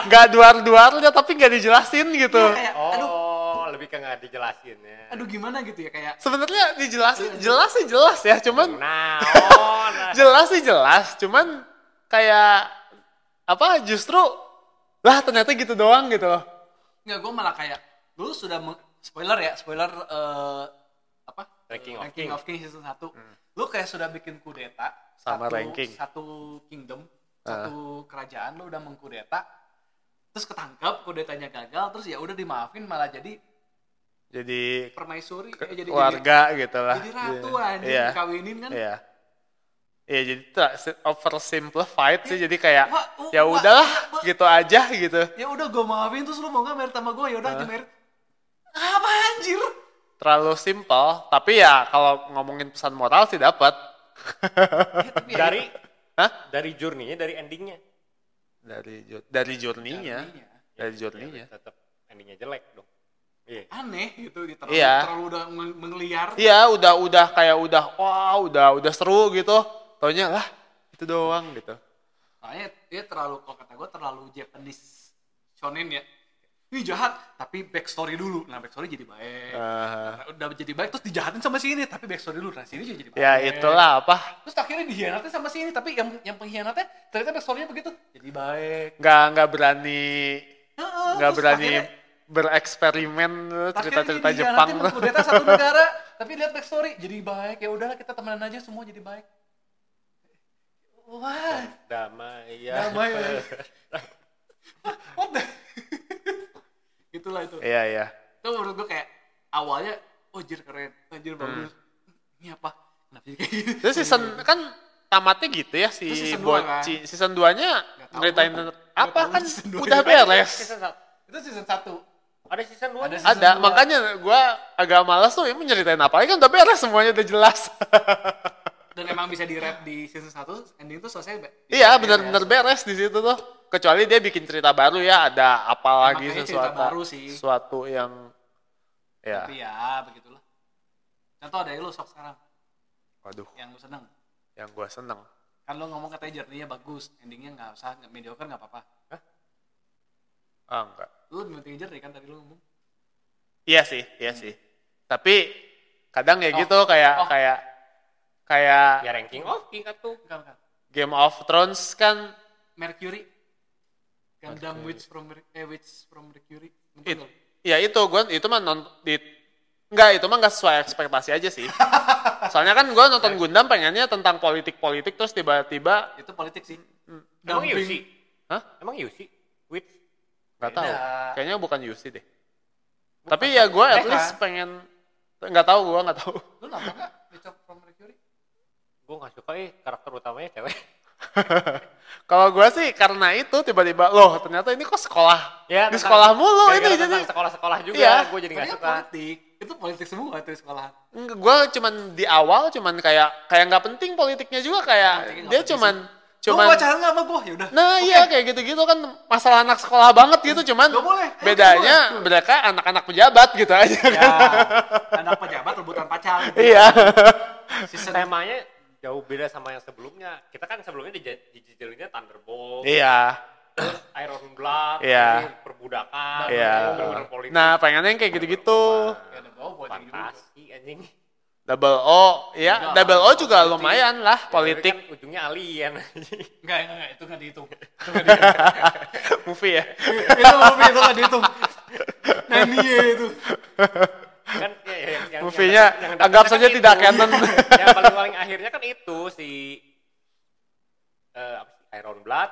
[SPEAKER 2] Enggak duar-duarnya tapi enggak dijelasin gitu.
[SPEAKER 1] Iya, kayak aduh
[SPEAKER 3] Oh, lebih ke nggak dijelasin ya.
[SPEAKER 2] Oh.
[SPEAKER 1] aduh gimana gitu ya kayak
[SPEAKER 2] Sebenarnya dijelasin, jelas sih jelas ya, cuman
[SPEAKER 3] Nah, oh, nah.
[SPEAKER 2] jelas sih jelas, cuman kayak apa justru lah ternyata gitu doang gitu loh.
[SPEAKER 1] Nggak, gue malah kayak dulu sudah meng- spoiler ya, spoiler eh, apa?
[SPEAKER 3] Ranking of
[SPEAKER 1] ranking
[SPEAKER 3] King.
[SPEAKER 1] of King season 1. Lu kayak sudah bikin kudeta
[SPEAKER 2] Hmm. Sama
[SPEAKER 1] satu,
[SPEAKER 2] ranking. Ah.
[SPEAKER 1] satu kingdom, satu kerajaan lu udah mengkudeta terus ketangkap kudetanya gagal terus ya udah dimaafin malah jadi
[SPEAKER 2] Jadi
[SPEAKER 1] permaisuri eh, jadi
[SPEAKER 2] keluarga gitu lah.
[SPEAKER 1] jadi, jadi ratu anjing
[SPEAKER 2] Iya.
[SPEAKER 1] dikawinin kan
[SPEAKER 2] Iya. Iya, jadi ter- si- oversimplified sih jadi kayak
[SPEAKER 1] Wah, oh,
[SPEAKER 2] ya
[SPEAKER 1] wah,
[SPEAKER 2] udahlah
[SPEAKER 1] wah.
[SPEAKER 2] gitu aja gitu.
[SPEAKER 1] ya udah gue maafin terus lu mau nggak merit sama gue ya udah aja merit apa anjir
[SPEAKER 2] Terlalu simple, tapi ya kalau ngomongin pesan moral sih dapat.
[SPEAKER 1] Ya, tapi ya
[SPEAKER 3] Dari
[SPEAKER 2] Hah?
[SPEAKER 3] dari journey-nya, dari endingnya.
[SPEAKER 2] Dari ju- dari
[SPEAKER 1] itu
[SPEAKER 2] journey-nya.
[SPEAKER 1] artinya.
[SPEAKER 2] Dari
[SPEAKER 3] Ya,
[SPEAKER 2] journey-nya.
[SPEAKER 3] tetap endingnya jelek dong. Iya.
[SPEAKER 1] aneh gitu dia terlalu,
[SPEAKER 2] Iya.
[SPEAKER 1] terlalu udah meng- mengliar
[SPEAKER 2] Iya, udah udah kayak udah wah, udah udah seru gitu. Taunya lah itu doang gitu.
[SPEAKER 1] Soalnya dia terlalu, kalau kata gue terlalu Japanese shonen ya. Ini jahat, tapi backstory dulu. Nah backstory jadi baik.
[SPEAKER 2] Eh,
[SPEAKER 1] Nah, udah jadi baik, terus dijahatin sama si ini, tapi backstory dulu. Nah si ini juga jadi baik.
[SPEAKER 2] ya itulah apa
[SPEAKER 1] Terus akhirnya dihianatin sama si ini, tapi yang yang pengkhianatnya ternyata backstory-nya begitu. Jadi baik.
[SPEAKER 2] nggak nggak berani
[SPEAKER 1] Heeh,
[SPEAKER 2] nggak
[SPEAKER 1] terus
[SPEAKER 2] berani
[SPEAKER 1] akhirnya-
[SPEAKER 2] bereksperimen tuh,
[SPEAKER 1] akhirnya
[SPEAKER 2] cerita-cerita
[SPEAKER 1] dia
[SPEAKER 2] Jepang
[SPEAKER 1] dihianatin
[SPEAKER 2] tuh.
[SPEAKER 1] mengkudeta satu negara, tapi lihat backstory, jadi baik. Ya udahlah kita temenan aja semua jadi baik. Wah,
[SPEAKER 3] Damai ya.
[SPEAKER 1] damai. ya. What the? Itulah itu.
[SPEAKER 2] Iya iya.
[SPEAKER 1] itu menurut gue kayak awalnya oh jir keren anjir bagus ini apa kenapa jadi kayak gitu? gini
[SPEAKER 2] Terus season kan tamatnya gitu ya si
[SPEAKER 1] Terus season dua kan?
[SPEAKER 2] Boci. Season 2-nya
[SPEAKER 1] Nggak tahu
[SPEAKER 2] ngeritain
[SPEAKER 1] gua. Nggak
[SPEAKER 2] apa
[SPEAKER 1] tahu
[SPEAKER 2] kan
[SPEAKER 1] season dua.
[SPEAKER 2] udah
[SPEAKER 3] Ada
[SPEAKER 2] beres.
[SPEAKER 3] season satu.
[SPEAKER 1] itu season 1
[SPEAKER 3] Ada season 2.
[SPEAKER 1] Ada season-
[SPEAKER 2] Ada,
[SPEAKER 1] dua.
[SPEAKER 2] makanya gua agak malas tuh ini menceritain apa kan udah beres semuanya udah jelas.
[SPEAKER 1] dan emang bisa di rap di season 1 ending tuh selesai be- di- ya.
[SPEAKER 2] Iya, benar-benar beres di situ tuh. Kecuali dia bikin cerita baru ya, ada apa lagi
[SPEAKER 1] Makanya cerita
[SPEAKER 2] sesuatu
[SPEAKER 1] baru sih.
[SPEAKER 2] sesuatu yang ya.
[SPEAKER 1] tapi ya begitulah contoh ada lu sok sekarang
[SPEAKER 2] Waduh,
[SPEAKER 1] yang lu seneng
[SPEAKER 2] yang gua seneng.
[SPEAKER 1] kan lu ngomong katanya journey-nya bagus endingnya nggak usah nggak mediocre nggak apa-apa
[SPEAKER 2] Ah, enggak.
[SPEAKER 1] lu penting journey kan tadi lu ngomong
[SPEAKER 2] Iya sih, iya sih. Tapi kadang ya
[SPEAKER 1] Oh,
[SPEAKER 2] gitu kayak
[SPEAKER 1] oh.
[SPEAKER 2] kayak kayak
[SPEAKER 3] Ya ranking off kan tuh.
[SPEAKER 1] bukan bukan
[SPEAKER 2] Game of Thrones kan
[SPEAKER 1] Mercury Gundam
[SPEAKER 2] Mercury.
[SPEAKER 1] Witch from Mer- eh Witch from Mercury Bener
[SPEAKER 2] it,
[SPEAKER 1] nggak?
[SPEAKER 2] ya itu gua itu mah non di Enggak, itu mah nggak sesuai ekspektasi aja sih. Soalnya kan gua
[SPEAKER 1] Iya.
[SPEAKER 2] nonton Gundam pengennya tentang politik-politik terus tiba-tiba
[SPEAKER 1] itu politik sih
[SPEAKER 3] Emang
[SPEAKER 1] Dumping.
[SPEAKER 3] Yusi?
[SPEAKER 2] Hah?
[SPEAKER 3] Emang Yusi? With
[SPEAKER 2] nggak tahu.
[SPEAKER 1] Beda.
[SPEAKER 2] Kayaknya bukan UC deh. Tapi ya gua at
[SPEAKER 1] Bukan.
[SPEAKER 2] least pengen nggak tahu gua nggak tahu.
[SPEAKER 1] lu nonton nggak Witch from Mercury
[SPEAKER 3] gue gak suka eh karakter utamanya cewek.
[SPEAKER 2] Kalau gua sih karena itu tiba-tiba loh ternyata ini kok sekolah.
[SPEAKER 1] Ya,
[SPEAKER 2] di
[SPEAKER 3] tentang-
[SPEAKER 2] sekolah mulu
[SPEAKER 3] gara-gara
[SPEAKER 2] ini
[SPEAKER 3] tentang
[SPEAKER 2] jadi
[SPEAKER 3] sekolah-sekolah juga
[SPEAKER 2] Iya.
[SPEAKER 3] gue jadi gak
[SPEAKER 1] Tapi kan
[SPEAKER 3] suka.
[SPEAKER 1] politik itu politik semua tuh sekolah
[SPEAKER 2] Nggak, gua cuman di awal cuman kayak kayak nggak penting politiknya juga kayak
[SPEAKER 1] Politiknya nggak
[SPEAKER 2] dia
[SPEAKER 1] penting
[SPEAKER 2] cuman
[SPEAKER 1] Cuma,
[SPEAKER 2] cuman
[SPEAKER 1] lu pacaran nggak sama gue ya udah
[SPEAKER 2] nah iya kayak gitu-gitu kan masalah anak sekolah banget gitu cuman
[SPEAKER 1] Hmm. Nggak boleh, ayo, nggak
[SPEAKER 2] bedanya
[SPEAKER 1] boleh.
[SPEAKER 2] mereka anak-anak pejabat gitu aja
[SPEAKER 1] ya
[SPEAKER 2] kan
[SPEAKER 1] anak pejabat rebutan pacar gitu.
[SPEAKER 2] iya
[SPEAKER 1] season
[SPEAKER 3] Temanya jauh beda sama yang sebelumnya. Kita kan sebelumnya dija- dijajalinnya
[SPEAKER 1] Oh.
[SPEAKER 3] Thunderbolt,
[SPEAKER 2] iya
[SPEAKER 3] terus Iron Blood,
[SPEAKER 2] Iya.
[SPEAKER 3] terus perbudakan,
[SPEAKER 2] iya
[SPEAKER 3] bener-bener politik.
[SPEAKER 2] nah pengennya yang kayak gitu-gitu
[SPEAKER 1] ya ada bawa politik juga
[SPEAKER 3] fantasi anjing.
[SPEAKER 2] Double O, ya
[SPEAKER 1] Enggak,
[SPEAKER 2] double O juga
[SPEAKER 3] politik.
[SPEAKER 2] lumayan lah
[SPEAKER 3] Ya, tapi
[SPEAKER 2] politik.
[SPEAKER 3] kan ujungnya alien anjing.
[SPEAKER 2] iya,
[SPEAKER 1] enggak enggak enggak, itu nggak dihitung Itu nggak dihitung.
[SPEAKER 2] movie ya.
[SPEAKER 1] itu movie itu nggak dihitung NDA itu
[SPEAKER 3] kan ya, ya, yang, yang-
[SPEAKER 2] Movie-nya
[SPEAKER 3] yang- yang dapetnya
[SPEAKER 2] anggap
[SPEAKER 3] kan
[SPEAKER 2] saja
[SPEAKER 3] itu.
[SPEAKER 2] tidak canon.
[SPEAKER 3] yang paling paling akhirnya kan itu si eh, apa sih, Iron Blood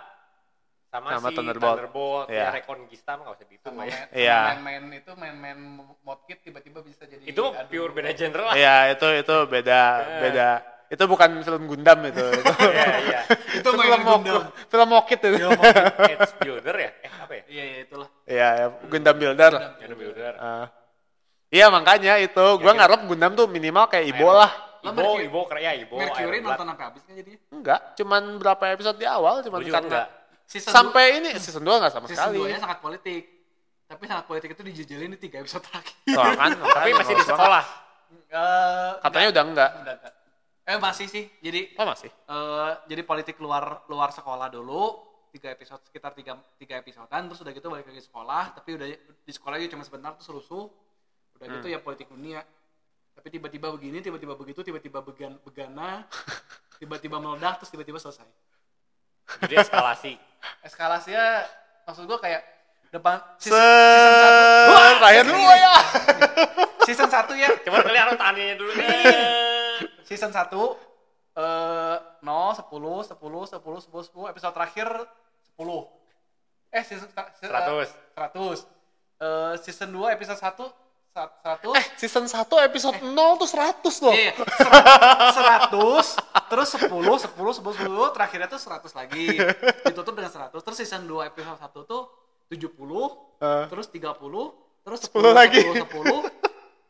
[SPEAKER 3] sama,
[SPEAKER 2] Sama
[SPEAKER 3] si
[SPEAKER 2] Thunderbolt.
[SPEAKER 3] Thunderbolt,
[SPEAKER 2] Iya.
[SPEAKER 3] ya Reconquista mah nggak usah dihitung lah ya.
[SPEAKER 2] Iya.
[SPEAKER 1] main-main itu main-main mod kit tiba-tiba bisa jadi
[SPEAKER 3] Itu mah
[SPEAKER 1] adu.
[SPEAKER 3] pure beda genre lah.
[SPEAKER 2] Iya, itu itu beda beda. Itu bukan film Gundam itu. itu.
[SPEAKER 3] Iya, iya.
[SPEAKER 1] itu main Gundam
[SPEAKER 2] film Mok- film Mokit itu.
[SPEAKER 3] Film Edge Builder ya? Eh, apa ya?
[SPEAKER 1] iya iya itulah
[SPEAKER 2] Iya, ya, Gundam Builder.
[SPEAKER 3] Edge Builder.
[SPEAKER 2] Ah. Iya, makanya itu gua ngarep Gundam tuh minimal kayak Ibo
[SPEAKER 3] Iya.
[SPEAKER 2] lah.
[SPEAKER 1] Lo
[SPEAKER 3] Ibo,
[SPEAKER 1] Mercury-
[SPEAKER 3] Ibo, keren ya Ibo.
[SPEAKER 1] Mercury
[SPEAKER 3] Iron Blood.
[SPEAKER 1] nonton sampai habis kan jadi
[SPEAKER 2] Enggak, cuman berapa episode di awal cuman
[SPEAKER 3] Gua juga
[SPEAKER 2] karena
[SPEAKER 3] enggak.
[SPEAKER 1] season
[SPEAKER 2] sampai ini season 2 enggak sama
[SPEAKER 1] dua- season
[SPEAKER 2] sekali.
[SPEAKER 1] duanya sangat politik tapi sangat politik itu dijejalin di tiga episode terakhir
[SPEAKER 2] Soalnya kan,
[SPEAKER 3] Tapi
[SPEAKER 2] makanya
[SPEAKER 3] masih
[SPEAKER 2] males
[SPEAKER 3] di
[SPEAKER 2] banget.
[SPEAKER 3] sekolah.
[SPEAKER 1] Eh,
[SPEAKER 2] Katanya udah enggak.
[SPEAKER 1] udah enggak. eh masih sih jadi
[SPEAKER 2] Oh, masih.
[SPEAKER 1] eh jadi politik luar luar sekolah dulu tiga episode sekitar tiga tiga episodean terus udah gitu balik lagi sekolah tapi udah di sekolah aja cuma sebentar terus rusuh udah gitu ya politik dunia tapi tiba-tiba begini tiba-tiba begitu tiba-tiba began begana tiba-tiba meledak terus tiba-tiba selesai
[SPEAKER 3] Jadi eskalasi.
[SPEAKER 1] eskalasinya maksud gua kayak depan season, season satu iya.
[SPEAKER 2] Ser, terakhir dulu ya.
[SPEAKER 1] season satu ya
[SPEAKER 3] Coba kalian harus tanyanya dulu nih.
[SPEAKER 1] season 1 eh 0 10 10 10 10 10 episode terakhir 10. Eh season
[SPEAKER 3] 100.
[SPEAKER 1] 100. Eh season 2 episode 1 100.
[SPEAKER 2] Eh, season 1 episode 0 tuh 100 loh.
[SPEAKER 1] Eh. Iya, serat- 100, terus 10, 10, 10, 10, terakhirnya tuh 100 lagi. Ditutup dengan 100. Terus season 2 episode 1 tuh 70,
[SPEAKER 2] Eh.
[SPEAKER 1] terus 30, terus 10,
[SPEAKER 2] 10 lagi.
[SPEAKER 1] 10, 10,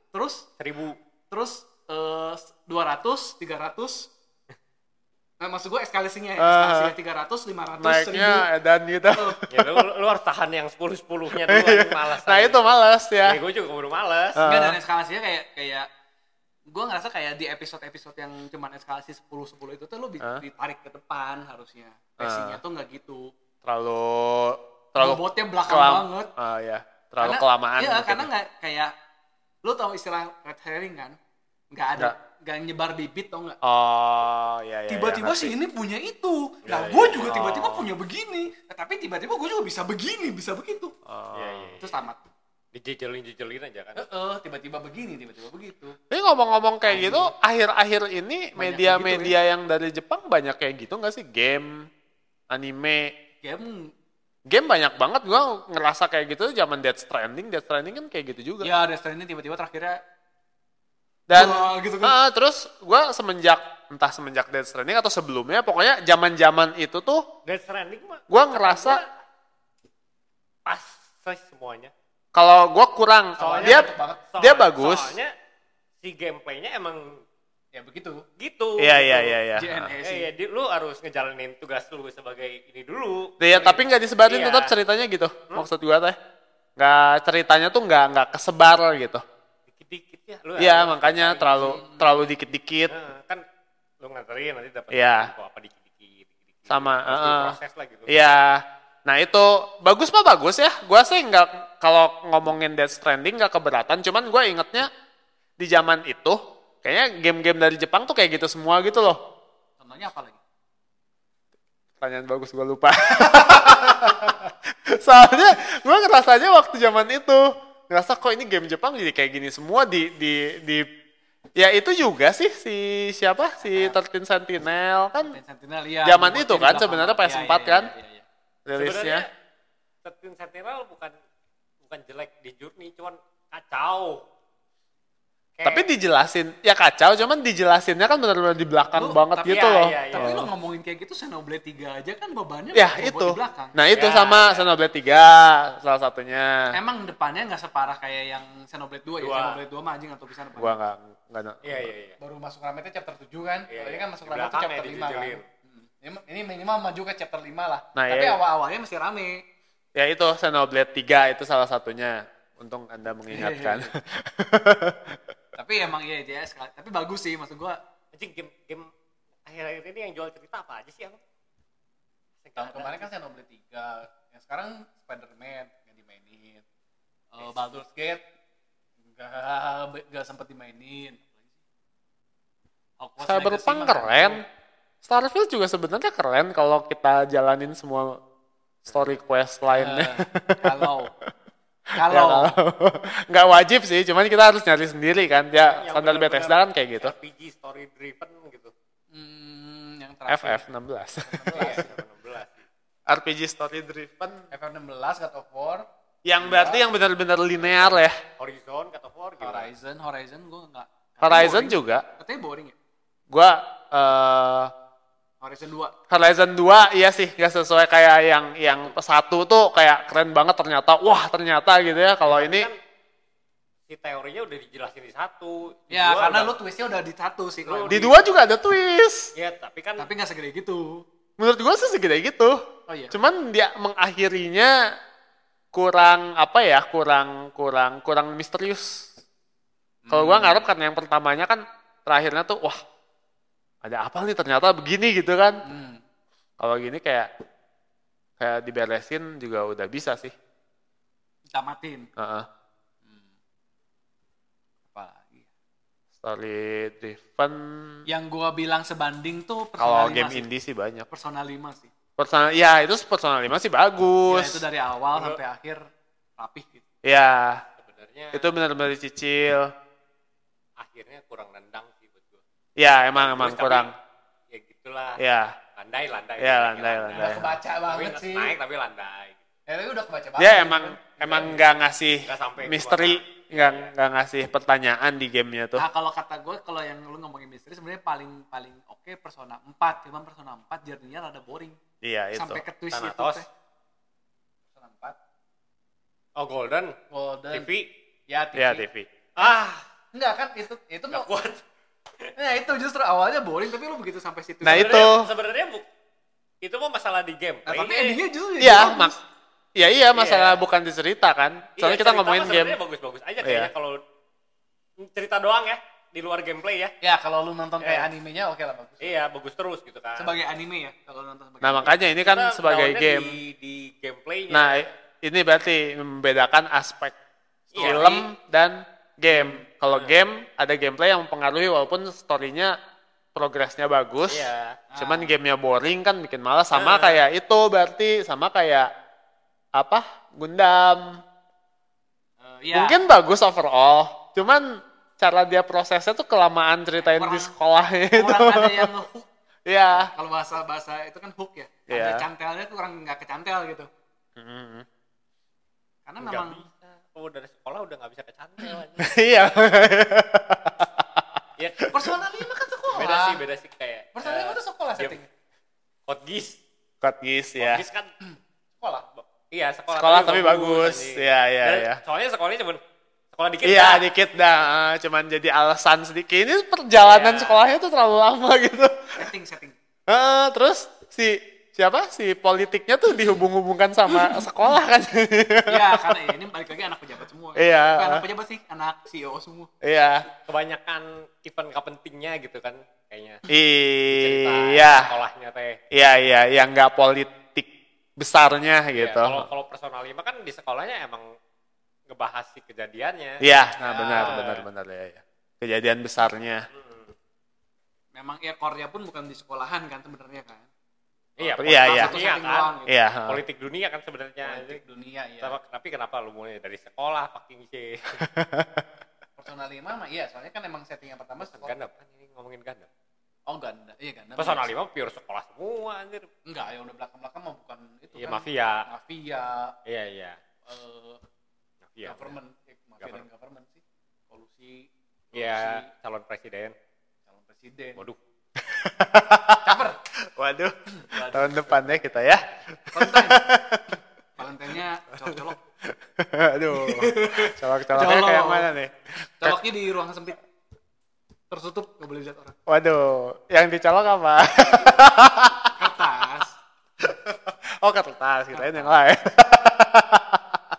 [SPEAKER 1] terus
[SPEAKER 3] Seribu.
[SPEAKER 1] terus eh, 200, 300. Nah, maksud gue eskalasinya ya,
[SPEAKER 2] Ah.
[SPEAKER 1] eskalasinya 300, 500,
[SPEAKER 2] Naiknya edan gitu.
[SPEAKER 1] 1000.
[SPEAKER 3] Ya lu, lu harus tahan yang 10-10-nya dulu, anjing, malas.
[SPEAKER 2] Nah, itu males
[SPEAKER 1] Iya.
[SPEAKER 2] ya.
[SPEAKER 3] Ya, gue juga baru males.
[SPEAKER 2] Ah.
[SPEAKER 1] Enggak, dan eskalasinya kayak kayak gue ngerasa kayak di episode-episode yang cuman eskalasi 10 10 itu tuh lu di-
[SPEAKER 2] Ah.
[SPEAKER 1] ditarik ke depan harusnya.
[SPEAKER 2] Eh.
[SPEAKER 1] Pacingnya tuh nggak gitu.
[SPEAKER 2] terlalu terlalu
[SPEAKER 1] Bobotnya belakang
[SPEAKER 2] kelam-
[SPEAKER 1] banget.
[SPEAKER 2] Ah, iya. terlalu kelamaan gitu.
[SPEAKER 1] Iya,
[SPEAKER 2] mungkin.
[SPEAKER 1] karena nggak kayak lu tahu istilah red herring kan? Nggak ada
[SPEAKER 2] Nggak.
[SPEAKER 1] nggak nyebar bibit tau nggak?
[SPEAKER 2] oh iya iya
[SPEAKER 1] tiba-tiba
[SPEAKER 2] iya,
[SPEAKER 1] si
[SPEAKER 2] ngerti.
[SPEAKER 1] ini punya itu
[SPEAKER 3] Ya,
[SPEAKER 1] nah
[SPEAKER 3] ya,
[SPEAKER 1] gue
[SPEAKER 3] ya.
[SPEAKER 1] juga tiba-tiba
[SPEAKER 2] Oh.
[SPEAKER 1] punya begini Eh, tapi tiba-tiba gue juga bisa begini bisa begitu
[SPEAKER 2] oh.
[SPEAKER 3] Iya, iya.
[SPEAKER 1] terus tamat
[SPEAKER 3] Dijejelin-jejelin aja kan.
[SPEAKER 1] Eh, eh, tiba-tiba begini tiba-tiba begitu
[SPEAKER 2] Tapi ngomong-ngomong kayak gitu, akhir-akhir ini
[SPEAKER 1] gitu
[SPEAKER 2] media-media
[SPEAKER 1] ya.
[SPEAKER 2] yang dari Jepang banyak kayak gitu nggak sih? Game, anime,
[SPEAKER 1] game
[SPEAKER 2] game banyak banget. Gua ngerasa kayak gitu zaman Death Stranding, Death Stranding kan kayak gitu juga.
[SPEAKER 1] ya restoran ini tiba-tiba terakhirnya
[SPEAKER 2] Dan
[SPEAKER 1] Wah, gitu kan.
[SPEAKER 2] ah, terus gua semenjak entah semenjak Death Stranding atau sebelumnya, pokoknya zaman-zaman itu tuh
[SPEAKER 3] Death Stranding mah
[SPEAKER 2] gua ngerasa
[SPEAKER 3] pas sih semuanya.
[SPEAKER 2] kalau gua kurang,
[SPEAKER 1] Soalnya
[SPEAKER 2] dia
[SPEAKER 1] dapet banget.
[SPEAKER 2] dia bagus.
[SPEAKER 3] Soalnya si gameplaynya emang
[SPEAKER 1] ya begitu
[SPEAKER 3] gitu.
[SPEAKER 2] Iya iya
[SPEAKER 3] gitu.
[SPEAKER 2] iya iya.
[SPEAKER 1] JNE
[SPEAKER 3] Ya,
[SPEAKER 1] sih
[SPEAKER 3] ya, di- lu harus ngejalanin tugas lu sebagai ini dulu.
[SPEAKER 2] Iya, tapi nggak disebarin
[SPEAKER 3] Iya.
[SPEAKER 2] tetap ceritanya gitu. Maksud gua teh. Nggak ceritanya tuh nggak nggak kesebar gitu.
[SPEAKER 3] Dikit-dikit ya. Lu
[SPEAKER 2] Iya,
[SPEAKER 3] harus-
[SPEAKER 2] makanya terlalu terlalu dikit-dikit
[SPEAKER 3] Eh, kan lu nganterin nanti dapat
[SPEAKER 2] Iya.
[SPEAKER 3] info apa dikit-dikit. dikit-dikit.
[SPEAKER 2] sama
[SPEAKER 3] Terus lu
[SPEAKER 2] eh, eh.
[SPEAKER 3] proses lah gitu.
[SPEAKER 2] Iya. Nah, itu bagus mah bagus ya. Gua sih nggak kalau ngomongin Death Stranding nggak keberatan, cuman gua ingetnya di zaman itu kayaknya game-game dari Jepang tuh kayak gitu semua gitu loh.
[SPEAKER 1] contohnya apa lagi
[SPEAKER 2] Pertanyaan bagus gua lupa. soalnya gue ngerasanya waktu zaman itu ngerasa kok ini game Jepang jadi kayak gini semua di di di ya itu juga sih si siapa si
[SPEAKER 3] Iya.
[SPEAKER 2] 13 Sentinel kan
[SPEAKER 1] Sentinel, Sentinel, ya,
[SPEAKER 2] Zaman
[SPEAKER 1] Robotnya
[SPEAKER 2] itu
[SPEAKER 1] di
[SPEAKER 2] kan,
[SPEAKER 1] belakang.
[SPEAKER 2] sebenarnya
[SPEAKER 1] Iya,
[SPEAKER 2] PS4
[SPEAKER 1] iya, iya,
[SPEAKER 2] kan?
[SPEAKER 1] iya, iya.
[SPEAKER 2] rilisnya
[SPEAKER 3] Sebenarnya 13 Sentinel bukan bukan jelek di Journey, cuman kacau. Kayak-
[SPEAKER 2] tapi dijelasin ya kacau cuman dijelasinnya kan benar-benar di
[SPEAKER 1] Lu,
[SPEAKER 2] belakang banget
[SPEAKER 1] tapi
[SPEAKER 2] gitu
[SPEAKER 3] ya,
[SPEAKER 2] loh
[SPEAKER 3] ya, ya.
[SPEAKER 1] tapi
[SPEAKER 2] Oh.
[SPEAKER 1] lo ngomongin kayak gitu Xenoblade 3 aja kan bebannya
[SPEAKER 2] ya
[SPEAKER 1] robot
[SPEAKER 2] itu
[SPEAKER 1] di belakang
[SPEAKER 2] nah itu
[SPEAKER 3] Ya,
[SPEAKER 2] sama
[SPEAKER 3] ya.
[SPEAKER 2] Xenoblade 3 salah satunya
[SPEAKER 1] emang depannya nggak separah kayak yang Xenoblade 2 ya
[SPEAKER 3] Dua.
[SPEAKER 1] Xenoblade 2 mah anjing atau bisa depan
[SPEAKER 2] gua nggak nggak ada-
[SPEAKER 3] Iya iya iya.
[SPEAKER 1] baru masuk rametnya chapter 7 kan
[SPEAKER 3] Iya,
[SPEAKER 1] Kalau ini
[SPEAKER 3] iya.
[SPEAKER 1] kan masuk
[SPEAKER 3] Di
[SPEAKER 1] rametnya
[SPEAKER 3] belakang
[SPEAKER 1] chapter
[SPEAKER 3] ya
[SPEAKER 1] 5 kan
[SPEAKER 3] dijujulin.
[SPEAKER 1] Hmm. Ini- ini minimal maju ke chapter 5 lah
[SPEAKER 2] Nah,
[SPEAKER 1] tapi
[SPEAKER 2] iya.
[SPEAKER 1] awal-awalnya masih rame
[SPEAKER 2] ya itu Xenoblade 3 itu salah satunya untung anda mengingatkan
[SPEAKER 1] tapi emang iya JS kan. tapi bagus sih maksud gua
[SPEAKER 3] Anjing game game akhir-akhir ini yang jual cerita apa aja sih yang
[SPEAKER 1] tahun kemarin kan Xenoblade 3 yang sekarang Spider-Man yang dimainin Eh, Baldur's Gate nggak nggak sempet dimainin Hogwarts
[SPEAKER 2] Cyberpunk
[SPEAKER 1] Legacy mah nggak
[SPEAKER 2] keren. Starfield juga sebenarnya keren kalau kita jalanin semua story quest lainnya.
[SPEAKER 1] Eh, kalau
[SPEAKER 2] Ya,
[SPEAKER 1] kalau
[SPEAKER 2] kalau- nggak wajib sih, cuman kita harus nyari sendiri kan. Ya,
[SPEAKER 3] Yang
[SPEAKER 2] standar
[SPEAKER 3] benar-benar
[SPEAKER 2] Bethesda kan kayak gitu.
[SPEAKER 3] RPG story driven gitu.
[SPEAKER 1] hmm, yang terakhir
[SPEAKER 2] FF16.
[SPEAKER 3] Iya, 16.
[SPEAKER 2] RPG story driven
[SPEAKER 1] FF16 God of War
[SPEAKER 2] yang berarti yang benar-benar linear ya.
[SPEAKER 3] Horizon, God of War, gimana?
[SPEAKER 1] Horizon Horizon gue nggak
[SPEAKER 2] Horizon
[SPEAKER 1] katanya boring.
[SPEAKER 2] juga.
[SPEAKER 1] katanya boring ya
[SPEAKER 2] Gua eh
[SPEAKER 1] Horizon 2
[SPEAKER 2] Horizon 2 iya sih nggak sesuai kayak yang yang satu tuh kayak keren banget ternyata. Wah, ternyata gitu ya. Kalau ini
[SPEAKER 3] Kan si teorinya udah dijelasin di satu. di
[SPEAKER 1] ya
[SPEAKER 3] dua
[SPEAKER 1] karena
[SPEAKER 3] udah-
[SPEAKER 1] lu twistnya udah di satu sih kalau di-
[SPEAKER 2] di dua juga ada twist.
[SPEAKER 3] Ya, tapi kan
[SPEAKER 1] tapi nggak segede gitu
[SPEAKER 2] Menurut gua sih segede gitu.
[SPEAKER 1] oh iya
[SPEAKER 2] Cuman dia mengakhirinya kurang apa ya, kurang kurang kurang misterius. Kalau
[SPEAKER 1] Hmm.
[SPEAKER 2] gua ngarep karena yang pertamanya kan terakhirnya tuh wah ada apa nih ternyata begini gitu kan.
[SPEAKER 1] Hmm.
[SPEAKER 2] Kalau gini kayak kayak diberesin juga udah bisa sih.
[SPEAKER 1] tamatin
[SPEAKER 2] Heeh.
[SPEAKER 1] apalagi
[SPEAKER 2] Story driven.
[SPEAKER 1] yang gua bilang sebanding tuh
[SPEAKER 2] Kalau
[SPEAKER 1] personal 5
[SPEAKER 2] game
[SPEAKER 1] Iya, sih
[SPEAKER 2] indie sih banyak.
[SPEAKER 1] personal 5 sih
[SPEAKER 2] Personal ya itu personal 5 sih
[SPEAKER 1] ya,
[SPEAKER 2] bagus.
[SPEAKER 1] itu dari awal sampai akhir rapih gitu
[SPEAKER 2] Ya,
[SPEAKER 3] sebenarnya
[SPEAKER 2] itu benar-benar dicicil.
[SPEAKER 3] akhirnya kurang nendang sih buat gua.
[SPEAKER 2] Ya, emang emang
[SPEAKER 3] Terus tapi,
[SPEAKER 2] kurang.
[SPEAKER 3] Ya gitulah.
[SPEAKER 2] Ya.
[SPEAKER 3] Landai, landai.
[SPEAKER 2] Ya,
[SPEAKER 3] Landai,
[SPEAKER 2] landai, landai.
[SPEAKER 1] udah kebaca
[SPEAKER 3] Tapi
[SPEAKER 1] banget sih
[SPEAKER 3] naik tapi landai.
[SPEAKER 1] ya tapi udah kebaca banget
[SPEAKER 2] dia emang emang nggak ngasih
[SPEAKER 3] Nggak sampai
[SPEAKER 2] misteri nggak nggak ngasih pertanyaan di gamenya tuh
[SPEAKER 1] Nah kalau kata gue kalau yang lu ngomongin misteri sebenarnya paling paling oke persona 4 cuman persona 4 jadinya rada boring
[SPEAKER 2] iya itu
[SPEAKER 1] sampai ke twist itu
[SPEAKER 3] Thanatos.
[SPEAKER 1] teh. persona 4
[SPEAKER 3] Oh, Golden.
[SPEAKER 1] Golden
[SPEAKER 3] TV.
[SPEAKER 1] ya TV
[SPEAKER 2] iya TV
[SPEAKER 3] Ah,
[SPEAKER 1] enggak kan itu itu
[SPEAKER 3] nggak
[SPEAKER 1] mau
[SPEAKER 3] kuat.
[SPEAKER 1] nah itu justru awalnya boring tapi lu begitu sampai situ
[SPEAKER 2] Nah, itu-
[SPEAKER 3] Sebenarnya- Sebenarnya bu, itu mah masalah di game.
[SPEAKER 1] Nah, tapi endingnya justru jadi
[SPEAKER 2] iya
[SPEAKER 1] bagus.
[SPEAKER 2] mak ya iya masalah
[SPEAKER 3] Iya.
[SPEAKER 2] bukan dicerita kan soalnya kita ngomongin game
[SPEAKER 3] bagus-bagus aja kayaknya
[SPEAKER 2] Iya.
[SPEAKER 3] kalau cerita doang ya di luar gameplay ya.
[SPEAKER 1] ya kalau lu nonton kayak
[SPEAKER 3] Iya.
[SPEAKER 1] animenya oke lah bagus
[SPEAKER 3] Iya, bagus terus gitu kan.
[SPEAKER 1] sebagai anime ya kalau nonton sebagai
[SPEAKER 2] nah makanya ini kan
[SPEAKER 3] Kita
[SPEAKER 2] sebagai
[SPEAKER 3] downloadnya
[SPEAKER 2] game
[SPEAKER 3] di, di gameplaynya.
[SPEAKER 2] nah ini berarti membedakan aspek
[SPEAKER 1] Iya.
[SPEAKER 3] Story.
[SPEAKER 2] film dan game kalau game ada gameplay yang mempengaruhi walaupun storynya progresnya bagus
[SPEAKER 3] Iya.
[SPEAKER 2] Cuman
[SPEAKER 1] Ah.
[SPEAKER 2] gamenya boring kan bikin malas sama kayak itu berarti sama kayak apa Gundam.
[SPEAKER 1] Eh, iya.
[SPEAKER 2] Mungkin bagus overall, cuman cara dia prosesnya tuh kelamaan ceritain di
[SPEAKER 1] Kurang-
[SPEAKER 2] sekolahnya itu.
[SPEAKER 1] kurang ada yang hook
[SPEAKER 2] Iya.
[SPEAKER 1] kalau bahasa bahasa itu kan hook ya ada
[SPEAKER 2] Iya.
[SPEAKER 1] cantelnya tuh kurang nggak kecantel gitu
[SPEAKER 2] Mm.
[SPEAKER 1] karena Kan
[SPEAKER 3] Nggak
[SPEAKER 1] memang Hmm.
[SPEAKER 3] bisa. Oh, dari sekolah udah nggak bisa ke cantel aja.
[SPEAKER 2] Iya.
[SPEAKER 3] ya,
[SPEAKER 1] persona 5 kan sekolah
[SPEAKER 3] beda sih, beda sih kayak.
[SPEAKER 1] Persona 5
[SPEAKER 3] eh,
[SPEAKER 1] tuh sekolah
[SPEAKER 2] Iya.
[SPEAKER 3] game.
[SPEAKER 1] settingnya
[SPEAKER 3] Code Geass.
[SPEAKER 2] Code Geass ya.
[SPEAKER 3] Code Geass kan
[SPEAKER 1] Hmm. sekolah
[SPEAKER 3] iya sekolah,
[SPEAKER 2] Sekolah tapi bagus.
[SPEAKER 3] anjing.
[SPEAKER 2] Iya, iya,
[SPEAKER 3] Dan
[SPEAKER 2] iya.
[SPEAKER 3] Soalnya sekolahnya cuma sekolah dikit.
[SPEAKER 2] Iya,
[SPEAKER 3] dah.
[SPEAKER 2] dikit dah. eh, Cuman jadi alasan sedikit. Ini perjalanan
[SPEAKER 3] Iya.
[SPEAKER 2] sekolahnya tuh terlalu lama gitu.
[SPEAKER 1] setting setting
[SPEAKER 2] Heeh, terus si siapa si politiknya tuh dihubung-hubungkan sama sekolah kan.
[SPEAKER 1] ya karena ya, ini balik lagi anak pejabat semua
[SPEAKER 2] Iya.
[SPEAKER 1] Bukan anak pejabat sih anak CEO semua
[SPEAKER 2] Iya.
[SPEAKER 3] Kebanyakan event nggak pentingnya gitu kan kayaknya. Cerita
[SPEAKER 2] Iya.
[SPEAKER 3] Sekolahnya teh.
[SPEAKER 2] Iya, iya, yang nggak politik besarnya
[SPEAKER 3] Iya,
[SPEAKER 2] gitu.
[SPEAKER 3] Kalau kalau personal 5 kan di sekolahnya emang ngebahas si kejadiannya.
[SPEAKER 2] Iya, nah benar,
[SPEAKER 3] Ah.
[SPEAKER 2] benar, benar ya, ya. Kejadian besarnya.
[SPEAKER 3] Hmm.
[SPEAKER 1] memang ya Korea pun bukan di sekolahan kan sebenarnya kan
[SPEAKER 2] Iya,
[SPEAKER 3] Iya, politik
[SPEAKER 2] iya.
[SPEAKER 3] dunia
[SPEAKER 1] Satu-satu
[SPEAKER 3] kan.
[SPEAKER 1] doang,
[SPEAKER 2] Iya.
[SPEAKER 3] Politik dunia kan sebenarnya.
[SPEAKER 1] politik dunia ya
[SPEAKER 3] Tapi, tapi kenapa lu mulai dari sekolah fucking sih?
[SPEAKER 1] Persona 5 mah iya soalnya kan emang setting yang pertama sekolah
[SPEAKER 3] Ganda kan ini ngomongin ganda.
[SPEAKER 1] oh ganda iya ganda
[SPEAKER 3] Personal 5 pure sekolah semua anjir.
[SPEAKER 1] enggak ya udah belakang belakang mah bukan itu
[SPEAKER 3] Iya,
[SPEAKER 1] kan
[SPEAKER 3] mafia.
[SPEAKER 1] mafia
[SPEAKER 3] Iya, iya.
[SPEAKER 1] eh,
[SPEAKER 3] Mafia.
[SPEAKER 1] government eh, mafia dan
[SPEAKER 3] Iya, Government.
[SPEAKER 1] government sih kolusi kolusi,
[SPEAKER 3] Iya, calon presiden.
[SPEAKER 1] calon presiden
[SPEAKER 3] Waduh.
[SPEAKER 1] caper
[SPEAKER 2] Waduh,
[SPEAKER 1] Waduh.
[SPEAKER 2] tahun depan ya kita ya.
[SPEAKER 1] Valentine Valentine-nya colok-colok
[SPEAKER 2] Aduh, colok-coloknya
[SPEAKER 1] Colok.
[SPEAKER 2] kayak mana nih?
[SPEAKER 1] coloknya di ruangan sempit tertutup nggak boleh lihat orang
[SPEAKER 2] Waduh, yang dicolok apa?
[SPEAKER 1] kertas
[SPEAKER 2] Oh kertas, kirain yang lain.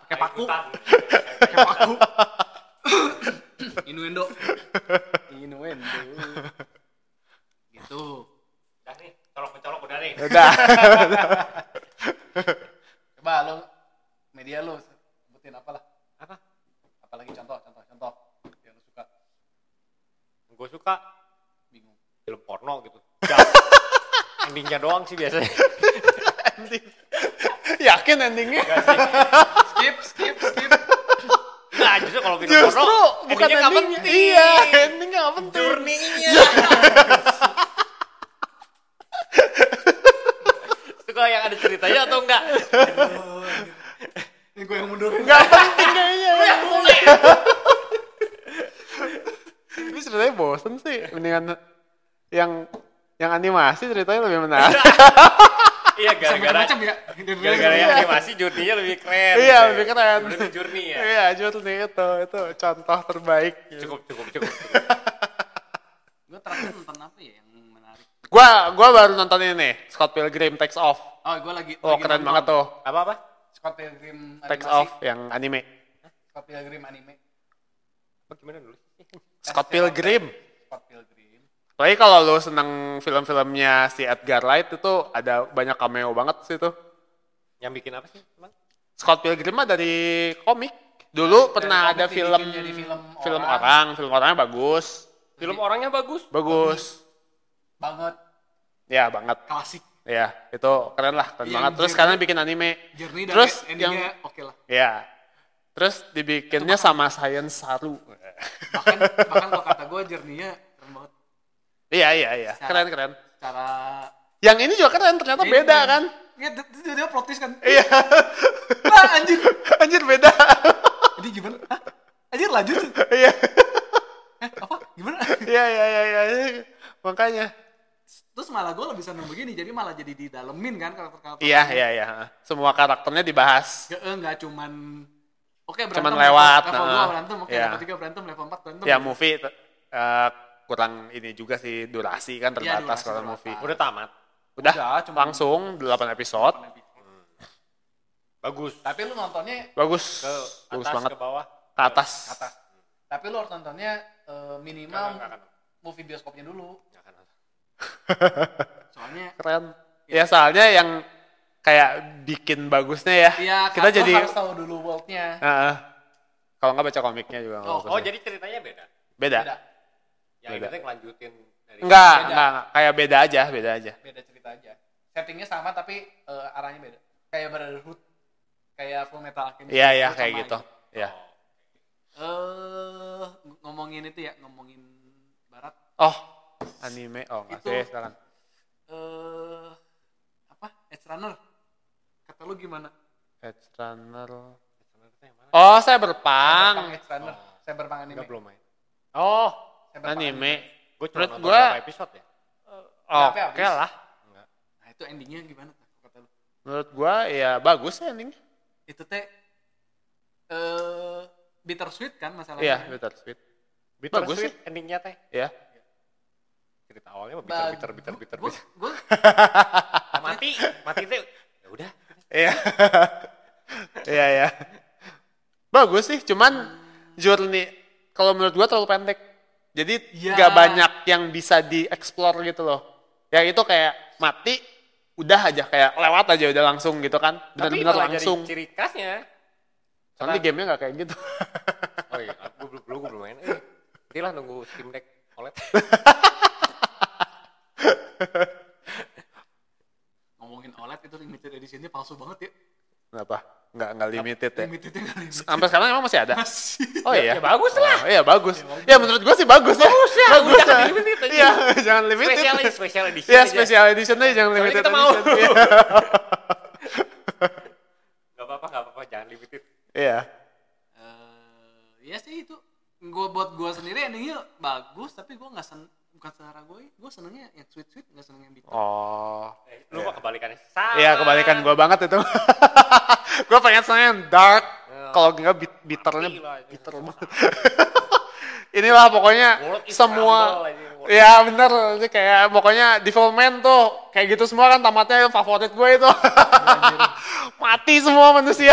[SPEAKER 1] pakai paku pakai paku Innuendo Innuendo gitu
[SPEAKER 3] Udah nih, colok-colok udah nih.
[SPEAKER 2] Udah.
[SPEAKER 1] coba lo media lo sebutin apalah
[SPEAKER 3] Apa?
[SPEAKER 1] apalagi contoh contoh contoh yang lo suka
[SPEAKER 3] Gue suka
[SPEAKER 1] bingung
[SPEAKER 3] film porno gitu. Endingnya doang sih biasanya.
[SPEAKER 2] ya yakin endingnya.
[SPEAKER 3] Enggak sih.
[SPEAKER 1] skip skip skip
[SPEAKER 3] Nah, justru kalau film
[SPEAKER 2] Justru
[SPEAKER 3] porno,
[SPEAKER 2] bukan endingnya.
[SPEAKER 3] endingnya Iya. nggak penting.
[SPEAKER 2] Iya, endingnya nggak penting.
[SPEAKER 3] Journey-nya. Suka yang ada ceritanya atau enggak?
[SPEAKER 1] ini gue yang mundurin
[SPEAKER 2] Nggak penting kayaknya.
[SPEAKER 3] Lu yang mulai.
[SPEAKER 2] Tapi ceritanya bosen sih. Mendingan yang yang animasi ceritanya lebih menarik.
[SPEAKER 3] Iya, gara-gara
[SPEAKER 1] macam ya
[SPEAKER 3] gara-gara yang
[SPEAKER 2] Iya.
[SPEAKER 3] animasi journey-nya lebih keren.
[SPEAKER 2] Iya,
[SPEAKER 3] gitu.
[SPEAKER 2] lebih keren.
[SPEAKER 3] Dulu di journey ya.
[SPEAKER 2] Iya, Journey itu itu contoh terbaik.
[SPEAKER 3] Cukup, cukup, cukup.
[SPEAKER 1] gue terakhir nonton apa ya yang menarik
[SPEAKER 2] Gua gua baru nonton ini Scott Pilgrim Takes Off.
[SPEAKER 1] oh gue lagi
[SPEAKER 2] Oh,
[SPEAKER 1] lagi
[SPEAKER 2] keren
[SPEAKER 1] nonton
[SPEAKER 2] banget tuh.
[SPEAKER 3] Apa-apa?
[SPEAKER 1] Scott Pilgrim
[SPEAKER 2] Takes
[SPEAKER 1] animasi.
[SPEAKER 2] Off yang anime.
[SPEAKER 1] Scott Pilgrim anime
[SPEAKER 3] Apa gimana dulu?
[SPEAKER 2] Scott Pilgrim.
[SPEAKER 1] Scott Pilgrim
[SPEAKER 2] Tapi kalau lu seneng film-filmnya si Edgar Wright itu ada banyak cameo banget sih tuh.
[SPEAKER 3] Yang bikin apa sih? Emang?
[SPEAKER 2] Scott Pilgrim mah dari komik. Dulu
[SPEAKER 1] komik
[SPEAKER 2] pernah ada
[SPEAKER 1] dibikin
[SPEAKER 2] film
[SPEAKER 1] jadi film
[SPEAKER 2] film
[SPEAKER 1] orang.
[SPEAKER 2] orang, film orangnya bagus.
[SPEAKER 3] Film orangnya bagus.
[SPEAKER 2] Bagus.
[SPEAKER 1] banget
[SPEAKER 2] Ya banget.
[SPEAKER 1] klasik
[SPEAKER 2] Ya, itu keren lah, keren
[SPEAKER 1] Yang
[SPEAKER 2] banget. Terus
[SPEAKER 1] jadi-
[SPEAKER 2] sekarang bikin anime.
[SPEAKER 1] Iya, journey dan
[SPEAKER 2] Terus yang
[SPEAKER 1] endingnya oke lah
[SPEAKER 2] ya. Terus dibikinnya sama Science Saru.
[SPEAKER 1] bahkan bahkan kalau kata gue journey-nya keren banget
[SPEAKER 2] Iya, iya, iya.
[SPEAKER 1] Secara-
[SPEAKER 2] Keren-keren.
[SPEAKER 1] cara
[SPEAKER 2] Yang ini juga keren, ternyata beda kan?
[SPEAKER 1] Iya, dia- dia dia plot twist kan.
[SPEAKER 2] Iya.
[SPEAKER 1] Lah anjir.
[SPEAKER 2] Anjir beda.
[SPEAKER 1] Jadi gimana? Hah? Anjir lanjut.
[SPEAKER 2] Iya.
[SPEAKER 1] Eh, apa? Gimana?
[SPEAKER 2] Iya, iya, iya, iya. Makanya.
[SPEAKER 1] Terus malah gue lebih seneng begini, jadi malah jadi didalemin kan karakter-karakter.
[SPEAKER 2] Iya, iya, iya. Semua karakternya dibahas.
[SPEAKER 1] Nggak, eh, nggak cuman Oke,
[SPEAKER 2] Cuman
[SPEAKER 1] level-
[SPEAKER 2] lewat,
[SPEAKER 1] Level
[SPEAKER 2] nah.
[SPEAKER 1] 2 berantem, oke
[SPEAKER 2] Iya.
[SPEAKER 1] level 3 berantem, level 4 berantem.
[SPEAKER 2] Ya movie te- eh, kurang ini juga sih durasi kan
[SPEAKER 1] Iya,
[SPEAKER 2] terbatas
[SPEAKER 1] durasi
[SPEAKER 2] kalau
[SPEAKER 1] terbatas.
[SPEAKER 2] movie.
[SPEAKER 3] Udah tamat.
[SPEAKER 2] Udah,
[SPEAKER 1] Udah, Ya, cuman-
[SPEAKER 2] langsung 8 episode.
[SPEAKER 3] Bagus.
[SPEAKER 1] Tapi lu nontonnya
[SPEAKER 2] Bagus.
[SPEAKER 3] Ke
[SPEAKER 2] Bagus
[SPEAKER 3] atas,
[SPEAKER 2] banget.
[SPEAKER 3] ke bawah.
[SPEAKER 2] Ke atas.
[SPEAKER 1] ke atas. Tapi lu harus nontonnya eh, minimal
[SPEAKER 3] Enggak, enggak, enggak.
[SPEAKER 1] movie bioskopnya dulu.
[SPEAKER 3] Enggak akan nonton.
[SPEAKER 1] Soalnya
[SPEAKER 2] Keren.
[SPEAKER 1] Iya.
[SPEAKER 2] Ya soalnya yang kayak bikin bagusnya ya.
[SPEAKER 1] ya
[SPEAKER 2] kita
[SPEAKER 1] lu
[SPEAKER 2] jadi
[SPEAKER 1] harus tahu dulu world-nya.
[SPEAKER 2] Heeh. kalau nggak baca komiknya juga nggak
[SPEAKER 1] Oh,
[SPEAKER 2] apa-apa
[SPEAKER 3] Oh,
[SPEAKER 2] sih.
[SPEAKER 3] jadi ceritanya beda.
[SPEAKER 2] beda.
[SPEAKER 1] Beda,
[SPEAKER 3] Yang
[SPEAKER 2] Beda.
[SPEAKER 3] ini tuh ngelanjutin dari
[SPEAKER 2] Enggak,
[SPEAKER 1] Beda.
[SPEAKER 2] enggak, enggak. kayak beda aja, beda aja.
[SPEAKER 1] beda cerita aja. Settingnya sama tapi eh, arahnya beda. Kayak Brotherhood, kayak Full Metal Alchemist.
[SPEAKER 2] Iya, iya
[SPEAKER 1] Itu Hmm.
[SPEAKER 2] kayak
[SPEAKER 1] sama
[SPEAKER 2] gitu.
[SPEAKER 1] aja.
[SPEAKER 2] Iya.
[SPEAKER 1] Eh ngomongin itu ya, ngomongin barat.
[SPEAKER 2] Oh, anime. Oh, enggak
[SPEAKER 1] Itu.
[SPEAKER 2] sih, silakan.
[SPEAKER 1] Eh apa? Edge Runner. Kata lu gimana?
[SPEAKER 2] Edge Runner.
[SPEAKER 3] Sebenarnya yang mana?
[SPEAKER 2] Oh, saya berpang.
[SPEAKER 1] Edge Runner.
[SPEAKER 3] Oh.
[SPEAKER 1] Saya ya. berpang anime.
[SPEAKER 3] Enggak belum main. Oh,
[SPEAKER 1] Cyberpunk
[SPEAKER 2] Anime.
[SPEAKER 3] gue cuma
[SPEAKER 2] Menurut
[SPEAKER 3] nonton
[SPEAKER 2] gua-
[SPEAKER 3] berapa episode ya?
[SPEAKER 2] Oke
[SPEAKER 1] Sampai habis.
[SPEAKER 2] lah.
[SPEAKER 3] Enggak.
[SPEAKER 1] Nah, itu endingnya gimana Kak, kata lu?
[SPEAKER 2] Menurut gua ya bagus ya anime.
[SPEAKER 1] Itu teh eh bittersweet kan masalahnya.
[SPEAKER 2] Iya, Bitter Sweet.
[SPEAKER 3] Bitter
[SPEAKER 2] Bagus
[SPEAKER 3] sweet endingnya teh.
[SPEAKER 2] Ya.
[SPEAKER 3] Cerita awalnya mah bitter bitter bitter bitter.
[SPEAKER 1] Gue
[SPEAKER 3] bitter.
[SPEAKER 1] gue
[SPEAKER 3] mati, mati teh. Ya udah.
[SPEAKER 2] Iya. Iya, iya. Bagus sih, cuman journey kalau menurut gua terlalu pendek. Jadi
[SPEAKER 1] Iya.
[SPEAKER 2] nggak banyak yang bisa dieksplor gitu loh. Ya itu kayak mati udah aja kayak lewat aja udah langsung gitu kan.
[SPEAKER 3] Tapi
[SPEAKER 2] Benar-benar
[SPEAKER 3] malah jadi
[SPEAKER 2] langsung.
[SPEAKER 3] ciri khasnya.
[SPEAKER 2] Soalnya gamenya nggak kayak gitu.
[SPEAKER 3] Oh iya, gue belum gue belum main. Eh, nanti lah nunggu Steam Deck OLED.
[SPEAKER 2] Iya.
[SPEAKER 1] ngomongin OLED itu limited editionnya palsu banget ya.
[SPEAKER 2] Kenapa? Nggak nggak limited ya.
[SPEAKER 1] Limitednya nggak limited.
[SPEAKER 2] Sampai sekarang emang masih ada.
[SPEAKER 1] Masih.
[SPEAKER 2] Oh iya.
[SPEAKER 3] ya bagus lah.
[SPEAKER 2] Oh, iya bagus. Ya menurut gua sih bagus ya. Bagus ya.
[SPEAKER 3] jangan limited aja.
[SPEAKER 2] Iya, jangan limited.
[SPEAKER 3] Special special edition.
[SPEAKER 2] Iya,
[SPEAKER 3] aja.
[SPEAKER 2] special edition aja jangan
[SPEAKER 3] Soalnya
[SPEAKER 2] limited.
[SPEAKER 3] kita mau.
[SPEAKER 2] edition. Iya.
[SPEAKER 3] Gak apa-apa, gak apa-apa, jangan limited.
[SPEAKER 2] Iya.
[SPEAKER 1] eh ya sih itu gue buat gue sendiri endingnya bagus tapi gue nggak sen bukan selera gue gue senengnya yang sweet sweet nggak seneng yang bitter
[SPEAKER 2] Oh.
[SPEAKER 3] Eh, Lu mah kebalikannya. Sama.
[SPEAKER 2] Iya kebalikan gue banget itu. gue pengen soalnya yang dark.
[SPEAKER 3] Ya.
[SPEAKER 2] Kalau enggak bit- bitternya
[SPEAKER 3] Mati lah itu.
[SPEAKER 2] bitter banget. Inilah pokoknya
[SPEAKER 3] Mulut is
[SPEAKER 2] semua.
[SPEAKER 3] crumble aja, mulut.
[SPEAKER 2] Ya bener, ini kayak pokoknya Devilman tuh kayak gitu semua kan tamatnya favorit gue itu. Mati semua manusia.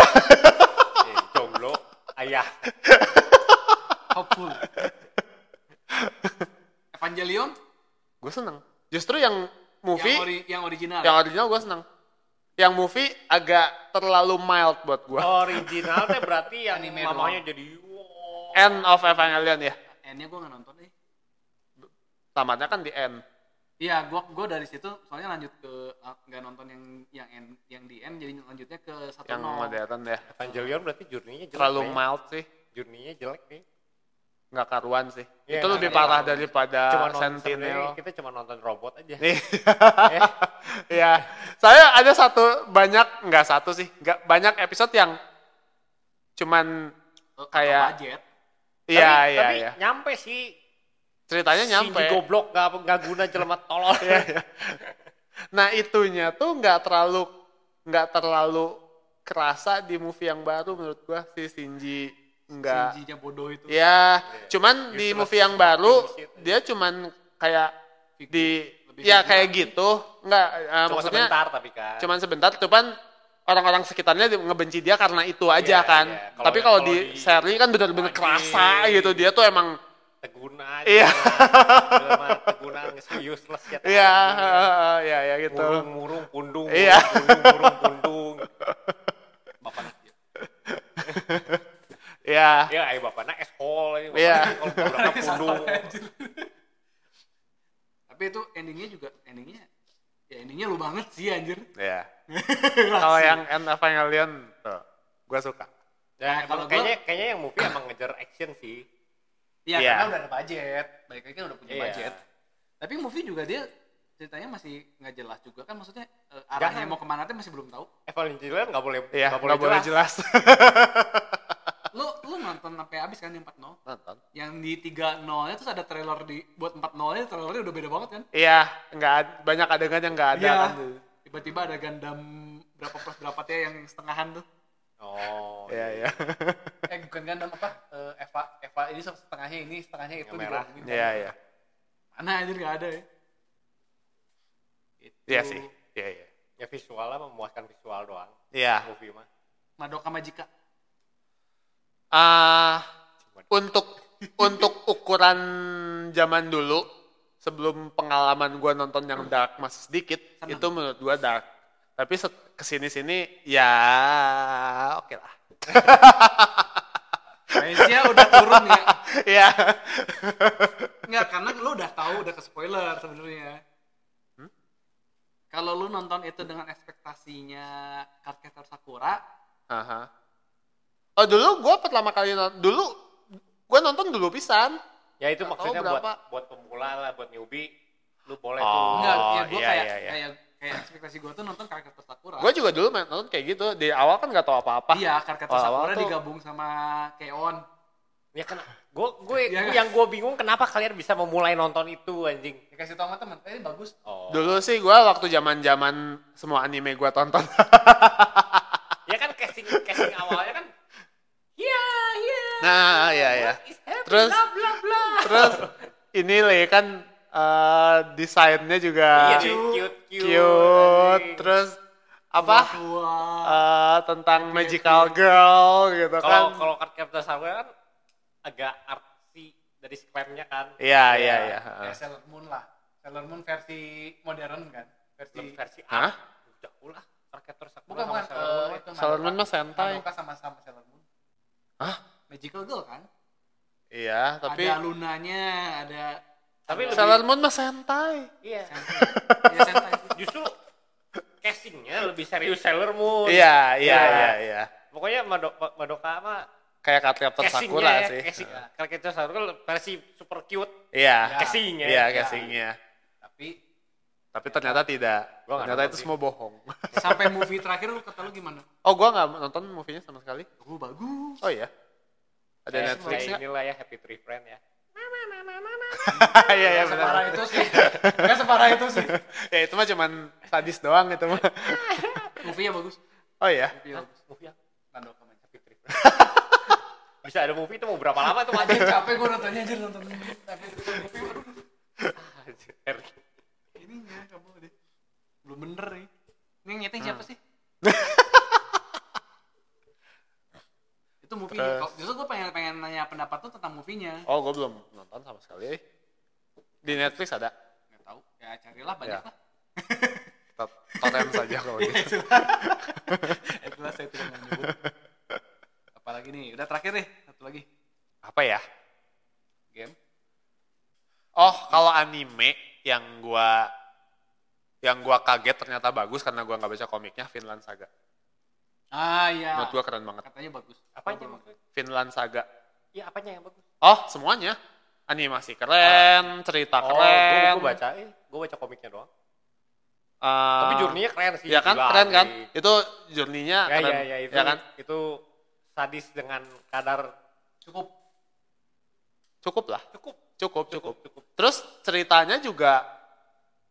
[SPEAKER 3] Eh, jomblo, ayah.
[SPEAKER 1] hopeful Evangelion
[SPEAKER 2] gue seneng. Justru yang
[SPEAKER 1] yang,
[SPEAKER 2] movie,
[SPEAKER 1] ori- yang original
[SPEAKER 2] yang original gue seneng. Yang movie agak terlalu mild buat gue.
[SPEAKER 3] Oh. Original teh berarti yang
[SPEAKER 1] Anime
[SPEAKER 3] mamanya jadi wow.
[SPEAKER 2] End of Evangelion ya.
[SPEAKER 1] endnya gue nggak nonton eh
[SPEAKER 2] Tamatnya kan di end.
[SPEAKER 1] Iya, gua gua dari situ soalnya lanjut ke ah, nggak nonton yang yang end- yang di end jadi lanjutnya ke satu
[SPEAKER 2] yang
[SPEAKER 3] Oh.
[SPEAKER 2] modern ya.
[SPEAKER 3] Evangelion berarti journey-nya jelek.
[SPEAKER 2] Terlalu Eh,
[SPEAKER 3] nih.
[SPEAKER 2] mild sih,
[SPEAKER 3] Journey-nya jelek nih.
[SPEAKER 2] nggak karuan sih.
[SPEAKER 3] Iya,
[SPEAKER 2] Itu
[SPEAKER 3] nggak
[SPEAKER 2] lebih
[SPEAKER 3] karuan.
[SPEAKER 2] parah daripada
[SPEAKER 3] Cuma nonton sebenarnya
[SPEAKER 2] Sentinel.
[SPEAKER 3] kita cuma nonton robot aja.
[SPEAKER 2] Iya. Iya. Saya ada satu banyak nggak satu sih, nggak banyak episode yang cuman
[SPEAKER 1] no,
[SPEAKER 2] kayak-
[SPEAKER 1] budget.
[SPEAKER 2] iya
[SPEAKER 3] Tapi-
[SPEAKER 2] iya
[SPEAKER 3] tapi
[SPEAKER 2] iya.
[SPEAKER 3] nyampe sih.
[SPEAKER 2] Ceritanya nyampe.
[SPEAKER 3] Shinji goblok gak, nggak guna jelema tolol.
[SPEAKER 2] Iya, iya. Nah itunya tuh nggak terlalu nggak terlalu kerasa di movie yang baru menurut gua si Shinji nggak
[SPEAKER 1] Shinji-nya bodoh itu.
[SPEAKER 3] Iya.
[SPEAKER 2] ya cuman di
[SPEAKER 3] Useless.
[SPEAKER 2] movie yang baru
[SPEAKER 3] Shit.
[SPEAKER 2] dia cuman kayak
[SPEAKER 1] Figur.
[SPEAKER 2] di
[SPEAKER 1] Lebih
[SPEAKER 2] ya
[SPEAKER 1] figur.
[SPEAKER 2] kayak gitu nggak eh,
[SPEAKER 3] Cuma
[SPEAKER 2] maksudnya
[SPEAKER 3] sebentar tapi kan.
[SPEAKER 2] cuman sebentar cuman orang-orang sekitarnya di- ngebenci dia karena itu aja
[SPEAKER 3] Iya,
[SPEAKER 2] kan
[SPEAKER 3] iya. Kalau-
[SPEAKER 2] tapi kalau
[SPEAKER 3] kalau
[SPEAKER 2] di,
[SPEAKER 3] di-
[SPEAKER 2] seri kan bener-bener
[SPEAKER 3] Wajib.
[SPEAKER 2] kerasa gitu dia tuh emang
[SPEAKER 3] teguna aja.
[SPEAKER 2] Iya.
[SPEAKER 3] Jelema teguna nge- useless ya.
[SPEAKER 2] iya iya ya gitu
[SPEAKER 3] Murung-murung pundung.
[SPEAKER 2] Iya.
[SPEAKER 3] Murung-murung pundung.
[SPEAKER 1] Bapak
[SPEAKER 2] ya
[SPEAKER 3] Ya ayo bapaknya eskol. ayo,
[SPEAKER 2] Iya.
[SPEAKER 3] bapaknya eskol, bapaknya pundung.
[SPEAKER 1] Tapi itu endingnya juga endingnya ya endingnya lu banget sih anjir.
[SPEAKER 2] ya kalau yang End of Evangelion tuh gue suka
[SPEAKER 1] Nah,
[SPEAKER 3] Ya,
[SPEAKER 1] kalau
[SPEAKER 3] emang kayaknya kayaknya yang movie emang ngejar action sih.
[SPEAKER 1] Iya,
[SPEAKER 2] Iya.
[SPEAKER 1] karena udah ada budget. Balik lagi kan udah punya
[SPEAKER 3] Iya.
[SPEAKER 1] budget. Tapi movie juga dia ceritanya masih nggak jelas juga kan maksudnya eh, arahnya
[SPEAKER 3] Jangan.
[SPEAKER 1] mau kemana tuh masih belum tahu.
[SPEAKER 3] Evangelion Eh, nggak boleh
[SPEAKER 2] Iya,
[SPEAKER 3] nggak
[SPEAKER 2] nggak boleh jelas.
[SPEAKER 1] Lu lu nonton sampai habis kan yang 40?
[SPEAKER 2] Nonton.
[SPEAKER 1] Yang di 30 nya terus ada trailer di buat 40-nya trailernya udah beda banget kan?
[SPEAKER 2] Iya, nggak ad- banyak adegan yang nggak ada
[SPEAKER 1] Iya.
[SPEAKER 2] kan.
[SPEAKER 1] Tiba-tiba ada Gundam berapa plus berapa T yang setengahan tuh.
[SPEAKER 3] Oh.
[SPEAKER 2] Iya, iya.
[SPEAKER 1] Eh bukan Gundam apa? Eh, Eva Eva ini setengahnya ini setengahnya itu
[SPEAKER 3] Yang merah.
[SPEAKER 1] digabungin.
[SPEAKER 2] Iya, iya.
[SPEAKER 1] Mana anjir nggak ada ya? Itu.
[SPEAKER 2] Iya sih. Iya, iya.
[SPEAKER 3] Ya visual lah memuaskan visual doang.
[SPEAKER 2] Iya.
[SPEAKER 3] Movie mah.
[SPEAKER 1] Madoka Magica.
[SPEAKER 2] Ah, untuk untuk ukuran zaman dulu sebelum pengalaman gua nonton yang dark masih sedikit,
[SPEAKER 1] Seneng.
[SPEAKER 2] itu menurut gua dark. Tapi set- kesini-sini ya oke lah.
[SPEAKER 1] Range-nya udah turun ya.
[SPEAKER 2] Iya.
[SPEAKER 1] Enggak, karena lu udah tahu udah ke spoiler sebenarnya.
[SPEAKER 2] Hmm?
[SPEAKER 1] Kalau lu nonton itu dengan ekspektasinya Cardcaptor Sakura,
[SPEAKER 2] Aha. Oh dulu gua pertama kali nonton, dulu gua nonton dulu pisan.
[SPEAKER 3] Ya itu
[SPEAKER 2] Nggak
[SPEAKER 3] maksudnya
[SPEAKER 2] tahu
[SPEAKER 3] buat
[SPEAKER 2] berapa.
[SPEAKER 3] buat pemula lah, buat newbie lu boleh
[SPEAKER 2] Oh,
[SPEAKER 1] enggak, ya gue
[SPEAKER 2] iya,
[SPEAKER 1] kayak,
[SPEAKER 2] iya, iya.
[SPEAKER 1] kayak kayak ekspektasi gue tuh nonton Cardcaptor Sakura.
[SPEAKER 2] Gue juga dulu main nonton kayak gitu. Di awal kan nggak tahu apa-apa.
[SPEAKER 1] Iya, Cardcaptor
[SPEAKER 2] Awal-awal
[SPEAKER 1] Sakura
[SPEAKER 2] tuh-
[SPEAKER 1] digabung sama Keon.
[SPEAKER 3] tuh. Ya kena gue gue
[SPEAKER 1] Iya, kan?
[SPEAKER 3] yang gue bingung kenapa kalian bisa memulai nonton itu anjing.
[SPEAKER 1] Dikasih tau sama temen, eh ini bagus.
[SPEAKER 3] Oh.
[SPEAKER 2] Dulu sih gue waktu zaman-zaman semua anime gue tonton.
[SPEAKER 3] Ya kan casting casting awalnya kan Iya, iya.
[SPEAKER 2] nah, iya ya.
[SPEAKER 3] what is happening,
[SPEAKER 2] Terus-
[SPEAKER 3] bla bla bla.
[SPEAKER 2] Terus ini Le kan eh, desainnya juga
[SPEAKER 3] Iya,
[SPEAKER 2] cute,
[SPEAKER 3] cute, cute. anjing.
[SPEAKER 2] Terus apa?
[SPEAKER 1] Tua.
[SPEAKER 2] eh,
[SPEAKER 1] Iya,
[SPEAKER 2] tentang magical girl gitu
[SPEAKER 3] kalau
[SPEAKER 2] kan.
[SPEAKER 3] kalau Captain Sakura kan agak artsy dari sklampnya kan
[SPEAKER 2] Iya, iya, iya.
[SPEAKER 1] Kayak Sailor Moon lah. Sailor Moon versi modern kan? Versi
[SPEAKER 3] Belum versi
[SPEAKER 2] Hah?
[SPEAKER 3] up jauh lah Captain Sakura
[SPEAKER 1] bukan bukan
[SPEAKER 3] Sailor Moon.
[SPEAKER 1] eh, itu
[SPEAKER 2] Sailor
[SPEAKER 1] Madoka.
[SPEAKER 2] Moon mah sentai.
[SPEAKER 1] Madoka sama sama Sailor Moon.
[SPEAKER 2] Hah?
[SPEAKER 1] Magical Girl kan?
[SPEAKER 2] Iya, tapi
[SPEAKER 1] ada lunanya, ada
[SPEAKER 3] tapi lebih,
[SPEAKER 2] Sailor Moon mah sentai.
[SPEAKER 3] iya
[SPEAKER 1] Sentai. ya Sentai.
[SPEAKER 3] justru castingnya lebih serius Sailor Moon
[SPEAKER 2] Iya, iya,
[SPEAKER 3] Iya.
[SPEAKER 2] iya, iya.
[SPEAKER 3] pokoknya Mado- Madoka mah
[SPEAKER 2] Kayak Cardcaptor Sakura
[SPEAKER 3] castingnya ya
[SPEAKER 2] sih.
[SPEAKER 3] casting Captain Sakura versi super cute
[SPEAKER 2] Iya.
[SPEAKER 1] Ya.
[SPEAKER 3] castingnya
[SPEAKER 2] Iya, castingnya.
[SPEAKER 1] Tapi
[SPEAKER 2] Tapi ternyata tidak.
[SPEAKER 3] Gua nggak
[SPEAKER 2] ternyata
[SPEAKER 3] nonton
[SPEAKER 2] itu
[SPEAKER 3] sih.
[SPEAKER 2] semua bohong.
[SPEAKER 1] sampai movie terakhir lu kata lu gimana?
[SPEAKER 2] Oh, gua nggak nonton movie-nya sama sekali.
[SPEAKER 1] Lu bagus.
[SPEAKER 2] Oh iya. Ada
[SPEAKER 3] Kayak-
[SPEAKER 2] Netflix
[SPEAKER 3] kayak
[SPEAKER 2] nggak?
[SPEAKER 3] inilah ya Happy Tree Friend ya
[SPEAKER 2] Iya, iya
[SPEAKER 1] Nggak
[SPEAKER 2] benar.
[SPEAKER 1] separah itu sih. Gak separah itu sih.
[SPEAKER 2] Ya itu mah cuman sadis doang itu mah.
[SPEAKER 1] Movie-nya bagus.
[SPEAKER 2] Oh iya.
[SPEAKER 1] Movie-nya bagus.
[SPEAKER 3] movie yang
[SPEAKER 1] Nando komen tapi trip.
[SPEAKER 3] bisa ada movie itu mau berapa lama tuh
[SPEAKER 1] Anjir
[SPEAKER 3] anjing
[SPEAKER 1] capek gua nontonnya aja nonton tapi itu movie aduh ininya kamu deh. Belum bener nih. Ini yang nyeting siapa sih? itu movie
[SPEAKER 2] Terus.
[SPEAKER 1] Kalau- justru gue pengen pengen nanya pendapat tuh tentang movie-nya
[SPEAKER 2] Oh, gua belum nonton sama sekali. Di Netflix ada.
[SPEAKER 1] nggak tahu ya carilah banyak
[SPEAKER 2] Ya.
[SPEAKER 1] lah
[SPEAKER 2] Tot- Totem saja kalau gitu.
[SPEAKER 1] Eh, jelas saya tidak mau nyebut apalagi nih udah terakhir nih satu lagi
[SPEAKER 2] Apa ya?
[SPEAKER 1] game
[SPEAKER 2] Oh, kalau anime yang gua yang gua kaget ternyata bagus karena gua nggak baca komiknya Finland Saga.
[SPEAKER 1] ah iya
[SPEAKER 2] Menurut gua keren banget.
[SPEAKER 1] katanya bagus
[SPEAKER 3] Apanya
[SPEAKER 1] Bagus.
[SPEAKER 3] maksudnya?
[SPEAKER 2] Finland Saga.
[SPEAKER 3] Iya, apanya yang bagus?
[SPEAKER 2] Oh, semuanya. Animasi keren, cerita
[SPEAKER 3] Ah. Oh, gua,
[SPEAKER 2] keren.
[SPEAKER 3] gua baca, eh, gua baca komiknya doang.
[SPEAKER 2] Eh,
[SPEAKER 3] Tapi journey-nya keren sih.
[SPEAKER 2] Ya kan,
[SPEAKER 3] gila,
[SPEAKER 2] keren kan?
[SPEAKER 3] sih.
[SPEAKER 2] Itu journey-nya
[SPEAKER 3] Ya,
[SPEAKER 2] keren.
[SPEAKER 3] ya, ya, itu,
[SPEAKER 2] ya kan?
[SPEAKER 3] itu sadis dengan kadar
[SPEAKER 1] cukup
[SPEAKER 2] Cukup lah.
[SPEAKER 3] cukup,
[SPEAKER 2] Cukup, cukup.
[SPEAKER 3] cukup, cukup.
[SPEAKER 2] Terus ceritanya juga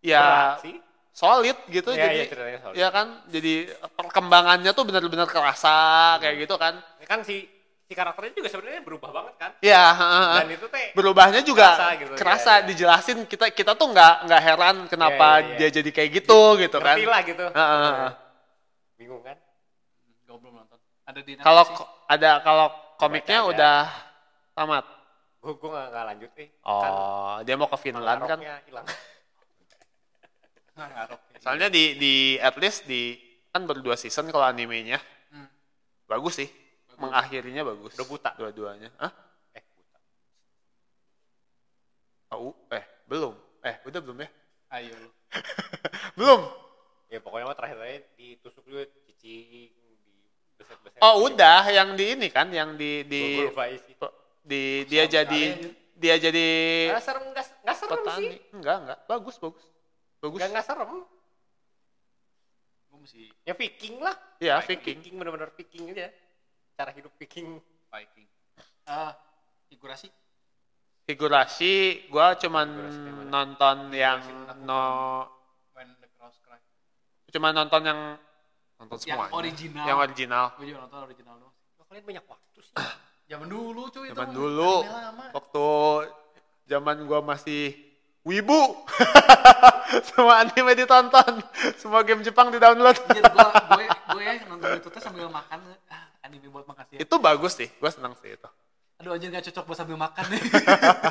[SPEAKER 2] ya
[SPEAKER 3] Berat sih.
[SPEAKER 2] solid gitu
[SPEAKER 3] Ya,
[SPEAKER 2] jadi
[SPEAKER 3] ya, ceritanya solid.
[SPEAKER 2] ya kan jadi perkembangannya tuh benar-benar kerasa kayak gitu kan
[SPEAKER 3] Ya kan si si karakternya juga sebenarnya berubah banget kan.
[SPEAKER 2] ya heeh.
[SPEAKER 3] Dan itu teh
[SPEAKER 2] berubahnya juga kerasa,
[SPEAKER 3] Kerasa gitu, iya, iya.
[SPEAKER 2] dijelasin kita kita tuh nggak nggak heran kenapa
[SPEAKER 3] Iya, iya, iya.
[SPEAKER 2] dia jadi kayak gitu gitu kan
[SPEAKER 3] ngerti lah gitu.
[SPEAKER 2] Heeh, heeh, heeh.
[SPEAKER 3] Bingung kan?
[SPEAKER 1] gue belum nonton ada di Netflix
[SPEAKER 2] kalau
[SPEAKER 1] sih.
[SPEAKER 2] ko- ada kalau komiknya
[SPEAKER 3] aja.
[SPEAKER 2] udah tamat
[SPEAKER 3] Gue gue nggak nggak lanjut eh. Kan
[SPEAKER 2] oh dia mau ke Finland kan
[SPEAKER 3] roknya hilang.
[SPEAKER 1] Nah, ngaruh.
[SPEAKER 2] soalnya di di at least di kan baru dua season kalau animenya
[SPEAKER 1] Hmm.
[SPEAKER 2] bagus sih mengakhirinya bagus
[SPEAKER 3] Udah buta.
[SPEAKER 2] dua-duanya Hah?
[SPEAKER 3] Eh, buta.
[SPEAKER 2] Au, eh belum eh udah belum ya
[SPEAKER 1] ayo lu.
[SPEAKER 2] belum
[SPEAKER 3] Ya pokoknya mah terakhir aja ditusuk juga cicing di beset-beset.
[SPEAKER 2] oh udah yang di ini kan yang di di
[SPEAKER 3] Gue lupa isi.
[SPEAKER 2] di dia
[SPEAKER 1] Sama
[SPEAKER 2] jadi
[SPEAKER 1] sekali.
[SPEAKER 2] dia jadi
[SPEAKER 3] Nggak serem, nggak nggak serem sih.
[SPEAKER 2] petani enggak enggak bagus bagus bagus
[SPEAKER 3] Nggak nggak serem.
[SPEAKER 1] gue mesti
[SPEAKER 3] Ya Viking lah.
[SPEAKER 2] ya
[SPEAKER 3] Viking.
[SPEAKER 2] Viking
[SPEAKER 3] Viking Nah, bener-bener Viking aja. Cara hidup Viking.
[SPEAKER 1] Viking ah figurasi
[SPEAKER 2] figurasi gua cuman
[SPEAKER 3] Figurasi yang mana?
[SPEAKER 2] nonton yang
[SPEAKER 1] yang
[SPEAKER 2] no
[SPEAKER 1] when the cross cry
[SPEAKER 2] cuman nonton yang nonton
[SPEAKER 1] yang
[SPEAKER 2] semuanya
[SPEAKER 1] original
[SPEAKER 2] yang original
[SPEAKER 1] gue juga nonton original doang
[SPEAKER 3] Kok Kalian banyak waktu sih.
[SPEAKER 1] zaman dulu cuy itu
[SPEAKER 2] zaman
[SPEAKER 1] mah.
[SPEAKER 2] dulu
[SPEAKER 1] Aneh lama
[SPEAKER 2] waktu zaman gua masih wibu semua anime ditonton semua game Jepang di download
[SPEAKER 1] Anjir, gue gue gue ya nonton itu tuh sambil makan ah, anime buat makasih ya.
[SPEAKER 2] itu bagus sih gua senang sih itu
[SPEAKER 1] aduh anjir gak cocok buat sambil makan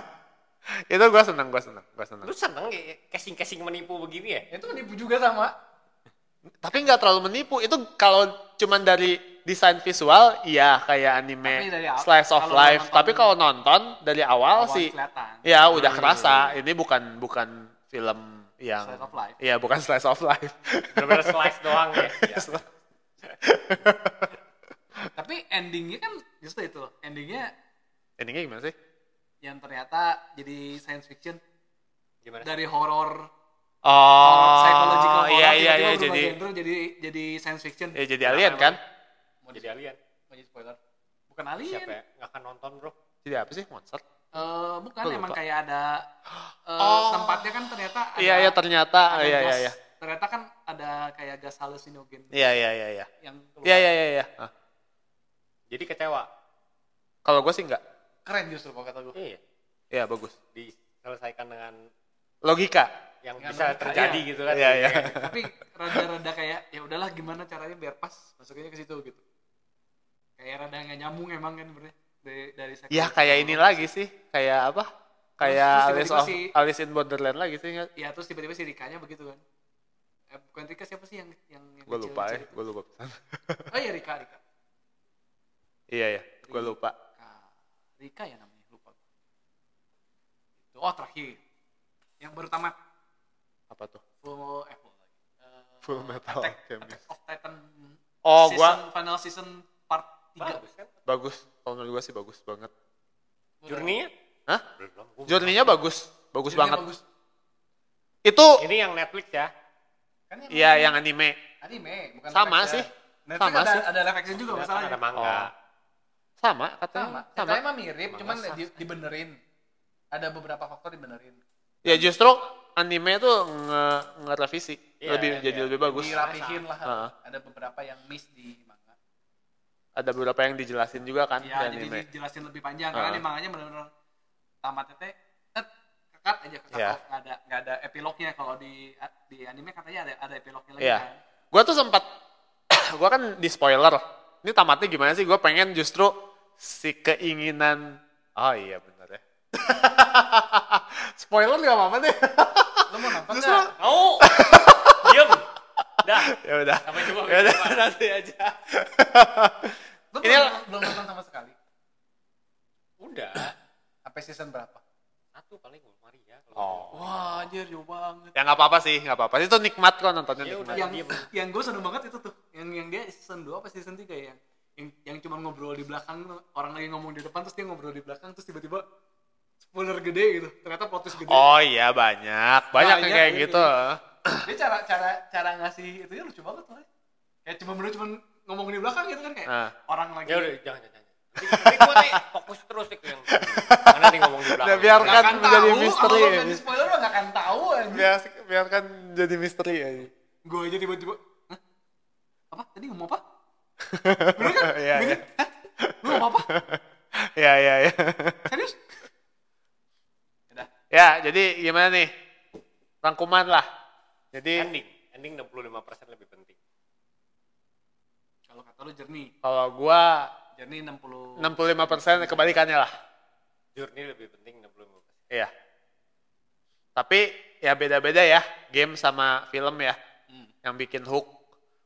[SPEAKER 2] itu gua senang gua senang gua senang
[SPEAKER 1] Nah.
[SPEAKER 3] Lu seneng kayak casing-casing menipu begini ya?
[SPEAKER 1] itu nipu juga sama
[SPEAKER 2] tapi nggak terlalu menipu itu kalau cuman dari desain visual iya
[SPEAKER 1] Tapi
[SPEAKER 2] kayak anime
[SPEAKER 1] dari aw-
[SPEAKER 2] slice of
[SPEAKER 1] kalau
[SPEAKER 2] life
[SPEAKER 1] nonton-
[SPEAKER 2] tapi kalau nonton dari awal,
[SPEAKER 1] Awal
[SPEAKER 2] sih
[SPEAKER 1] kelihatan
[SPEAKER 2] ya udah
[SPEAKER 3] Hmm.
[SPEAKER 2] kerasa ini bukan bukan film yang
[SPEAKER 1] Slice of life.
[SPEAKER 2] iya bukan slice of life
[SPEAKER 3] Bener-bener slice doang ya.
[SPEAKER 1] Iya. tapi endingnya kan justru itu loh endingnya
[SPEAKER 2] endingnya gimana sih
[SPEAKER 1] yang ternyata jadi science fiction
[SPEAKER 3] Gimana?
[SPEAKER 1] dari horor horor
[SPEAKER 2] oh
[SPEAKER 1] psychological horror
[SPEAKER 2] iya iya
[SPEAKER 1] tiba-tiba
[SPEAKER 2] iya
[SPEAKER 1] berubah genre
[SPEAKER 2] jadi
[SPEAKER 1] jadi jadi science fiction
[SPEAKER 2] ya jadi alien kan
[SPEAKER 1] mau
[SPEAKER 3] Jadi alien.
[SPEAKER 1] mau jadi spoiler bukan alien
[SPEAKER 3] Siapa ya? Nggak akan nonton bro.
[SPEAKER 2] jadi apa sih monster
[SPEAKER 1] Eh, bukan
[SPEAKER 2] Gua
[SPEAKER 1] emang
[SPEAKER 2] lupa.
[SPEAKER 1] kayak ada eh,
[SPEAKER 2] Oh.
[SPEAKER 1] tempatnya kan ternyata ada
[SPEAKER 2] iya iya ternyata
[SPEAKER 1] ada
[SPEAKER 2] iya
[SPEAKER 1] gas.
[SPEAKER 2] iya iya
[SPEAKER 1] ternyata kan ada kayak gas halusinogen
[SPEAKER 2] iya iya iya iya
[SPEAKER 1] yang
[SPEAKER 2] iya iya iya iya Ah.
[SPEAKER 3] Jadi kecewa.
[SPEAKER 2] kalau gue sih nggak
[SPEAKER 1] keren justru kalau kata gue
[SPEAKER 3] Iya.
[SPEAKER 2] iya bagus
[SPEAKER 3] Diselesaikan dengan
[SPEAKER 2] logika
[SPEAKER 3] yang
[SPEAKER 1] Dengan
[SPEAKER 3] bisa
[SPEAKER 1] logika,
[SPEAKER 3] terjadi
[SPEAKER 1] iya.
[SPEAKER 3] gitu kan.
[SPEAKER 2] iya iya
[SPEAKER 1] tapi rada-rada kayak ya udahlah gimana caranya biar pas masuknya ke situ gitu kayak rada nggak nyambung emang kan sebenarnya dari dari sektor-
[SPEAKER 2] Ya kayak ini lagi sih, kayak apa? Kayak
[SPEAKER 1] terus
[SPEAKER 2] Alice
[SPEAKER 1] tiba-tiba
[SPEAKER 2] of
[SPEAKER 1] si-
[SPEAKER 2] Alice in Borderland lagi sih nggak?
[SPEAKER 1] ya terus tiba-tiba si Rikanya begitu kan eh, bukan Rika siapa sih yang yang, yang
[SPEAKER 2] Gue
[SPEAKER 1] kecil-
[SPEAKER 2] lupa ya,
[SPEAKER 1] kecil itu?
[SPEAKER 2] gue lupa pesan.
[SPEAKER 1] oh iya Rika Rika
[SPEAKER 2] iya ya, gue lupa.
[SPEAKER 1] Rika Ah, Rika ya namanya lupa gua. itu oh terakhir yang baru tamat
[SPEAKER 2] Apa tuh?
[SPEAKER 1] full eh, full lagi. Eh,
[SPEAKER 2] Full Metal
[SPEAKER 1] Attack,
[SPEAKER 2] Alchemist.
[SPEAKER 1] Attack of Titan
[SPEAKER 2] Oh,
[SPEAKER 1] season,
[SPEAKER 2] gua
[SPEAKER 1] final season part 3
[SPEAKER 3] Bagus kan?
[SPEAKER 2] bagus. Kalau menurut gue sih bagus banget.
[SPEAKER 3] Journey-nya?
[SPEAKER 2] Hah?
[SPEAKER 3] Belum. gua
[SPEAKER 2] Journey-nya bagus, bagus banget.
[SPEAKER 1] bagus.
[SPEAKER 2] Itu
[SPEAKER 3] belum. Ini yang Netflix ya.
[SPEAKER 1] Kan yang
[SPEAKER 2] iya yang anime.
[SPEAKER 1] anime bukan live
[SPEAKER 2] Sama
[SPEAKER 1] action.
[SPEAKER 2] sih.
[SPEAKER 1] Netflix
[SPEAKER 2] Sama
[SPEAKER 1] ada,
[SPEAKER 2] sih.
[SPEAKER 1] ada live action juga
[SPEAKER 3] Ada-
[SPEAKER 1] masalahnya
[SPEAKER 3] Ada manga.
[SPEAKER 2] Oh. Sama
[SPEAKER 1] sama
[SPEAKER 2] katanya. Sama.
[SPEAKER 1] ceritanya mah mirip
[SPEAKER 3] Emang
[SPEAKER 1] cuman
[SPEAKER 3] nggak
[SPEAKER 1] di- dibenerin ada beberapa faktor dibenerin
[SPEAKER 2] Ya justru anime tuh nge ngerevisi,
[SPEAKER 3] Iya,
[SPEAKER 2] lebih
[SPEAKER 3] iya,
[SPEAKER 2] jadi
[SPEAKER 3] iya.
[SPEAKER 2] lebih bagus.
[SPEAKER 1] dirapihin lah
[SPEAKER 2] Heeh.
[SPEAKER 1] ada beberapa yang miss di manga
[SPEAKER 2] Ada beberapa yang dijelasin juga kan
[SPEAKER 1] ya jadi
[SPEAKER 2] di anime.
[SPEAKER 1] dijelasin lebih panjang karena
[SPEAKER 2] Heeh.
[SPEAKER 1] di manganya bener-bener tamatnya teh tet, kekat aja kekat
[SPEAKER 2] Iya.
[SPEAKER 1] off nggak ada nggak ada epilognya kalau di di anime katanya ada ada epilognya lagi
[SPEAKER 2] Iya.
[SPEAKER 1] kan
[SPEAKER 2] Gue tuh sempat, gue kan di spoiler. Ini tamatnya gimana sih? Gue pengen justru si keinginan. Oh iya bener ya. spoiler gak apa-apa deh.
[SPEAKER 1] lu mau nonton
[SPEAKER 2] Justru,
[SPEAKER 1] nggak
[SPEAKER 3] Mau. Diem. Dah.
[SPEAKER 2] ya udah.
[SPEAKER 3] Sampai jumpa.
[SPEAKER 2] Ya udah nanti aja.
[SPEAKER 1] lu
[SPEAKER 2] Ini-
[SPEAKER 1] belum, belum nonton sama sekali
[SPEAKER 3] Udah.
[SPEAKER 1] sampai season berapa
[SPEAKER 3] Satu paling Maria.
[SPEAKER 2] Oh.
[SPEAKER 1] wah anjir coba
[SPEAKER 2] apa-apa sih, Ya, nggak apa-apa. Itu nikmat kok nontonnya
[SPEAKER 3] Ya
[SPEAKER 2] nikmat.
[SPEAKER 3] udah.
[SPEAKER 1] yang
[SPEAKER 3] diem.
[SPEAKER 1] yang gue seneng banget itu tuh yang yang dia season 2 apa season 3 ya yang yang, yang cuma ngobrol di belakang tuh. orang lagi ngomong di depan terus dia ngobrol di belakang terus tiba-tiba spoiler gede gitu ternyata potus gede
[SPEAKER 2] Oh iya banyak, banyak yang
[SPEAKER 1] Banyak,
[SPEAKER 2] kayak
[SPEAKER 1] iya,
[SPEAKER 2] gitu.
[SPEAKER 1] dia cara cara cara ngasih itu ya lucu banget tuh kayak cuma bener cuma ngomong di belakang gitu kan kayak
[SPEAKER 2] Ah.
[SPEAKER 1] orang lagi
[SPEAKER 3] Ya udah, jangan, jangan. Nanti, nanti gua nih fokus terus nih ke yang mana nih ngomong di belakang.
[SPEAKER 2] Udah, biarkan.
[SPEAKER 1] Nggak akan
[SPEAKER 2] kan menjadi
[SPEAKER 1] tahu,
[SPEAKER 2] misteri. ya,
[SPEAKER 1] kalau nggak di spoiler lo nggak akan tahu anjir
[SPEAKER 2] Biar, biarkan jadi misteri aja.
[SPEAKER 1] gue aja tiba-tiba "Hah? apa tadi ngomong apa bener kan
[SPEAKER 2] Iya,
[SPEAKER 1] Bener
[SPEAKER 2] iya.
[SPEAKER 1] kan? Hah? lu ngomong apa
[SPEAKER 2] Ya ya ya.
[SPEAKER 1] serius udah
[SPEAKER 2] Ya jadi gimana nih? Rangkuman lah. Jadi
[SPEAKER 3] kan, Ending, ending 65% lebih penting.
[SPEAKER 1] kalau kata lu jernih
[SPEAKER 2] kalau gua
[SPEAKER 1] jernih Hmm. 60
[SPEAKER 2] 65% kebalikannya lah.
[SPEAKER 3] Journey lebih penting 65%.
[SPEAKER 2] Iya. Tapi ya beda-beda ya game sama film ya
[SPEAKER 1] Hmm.
[SPEAKER 2] yang bikin hook.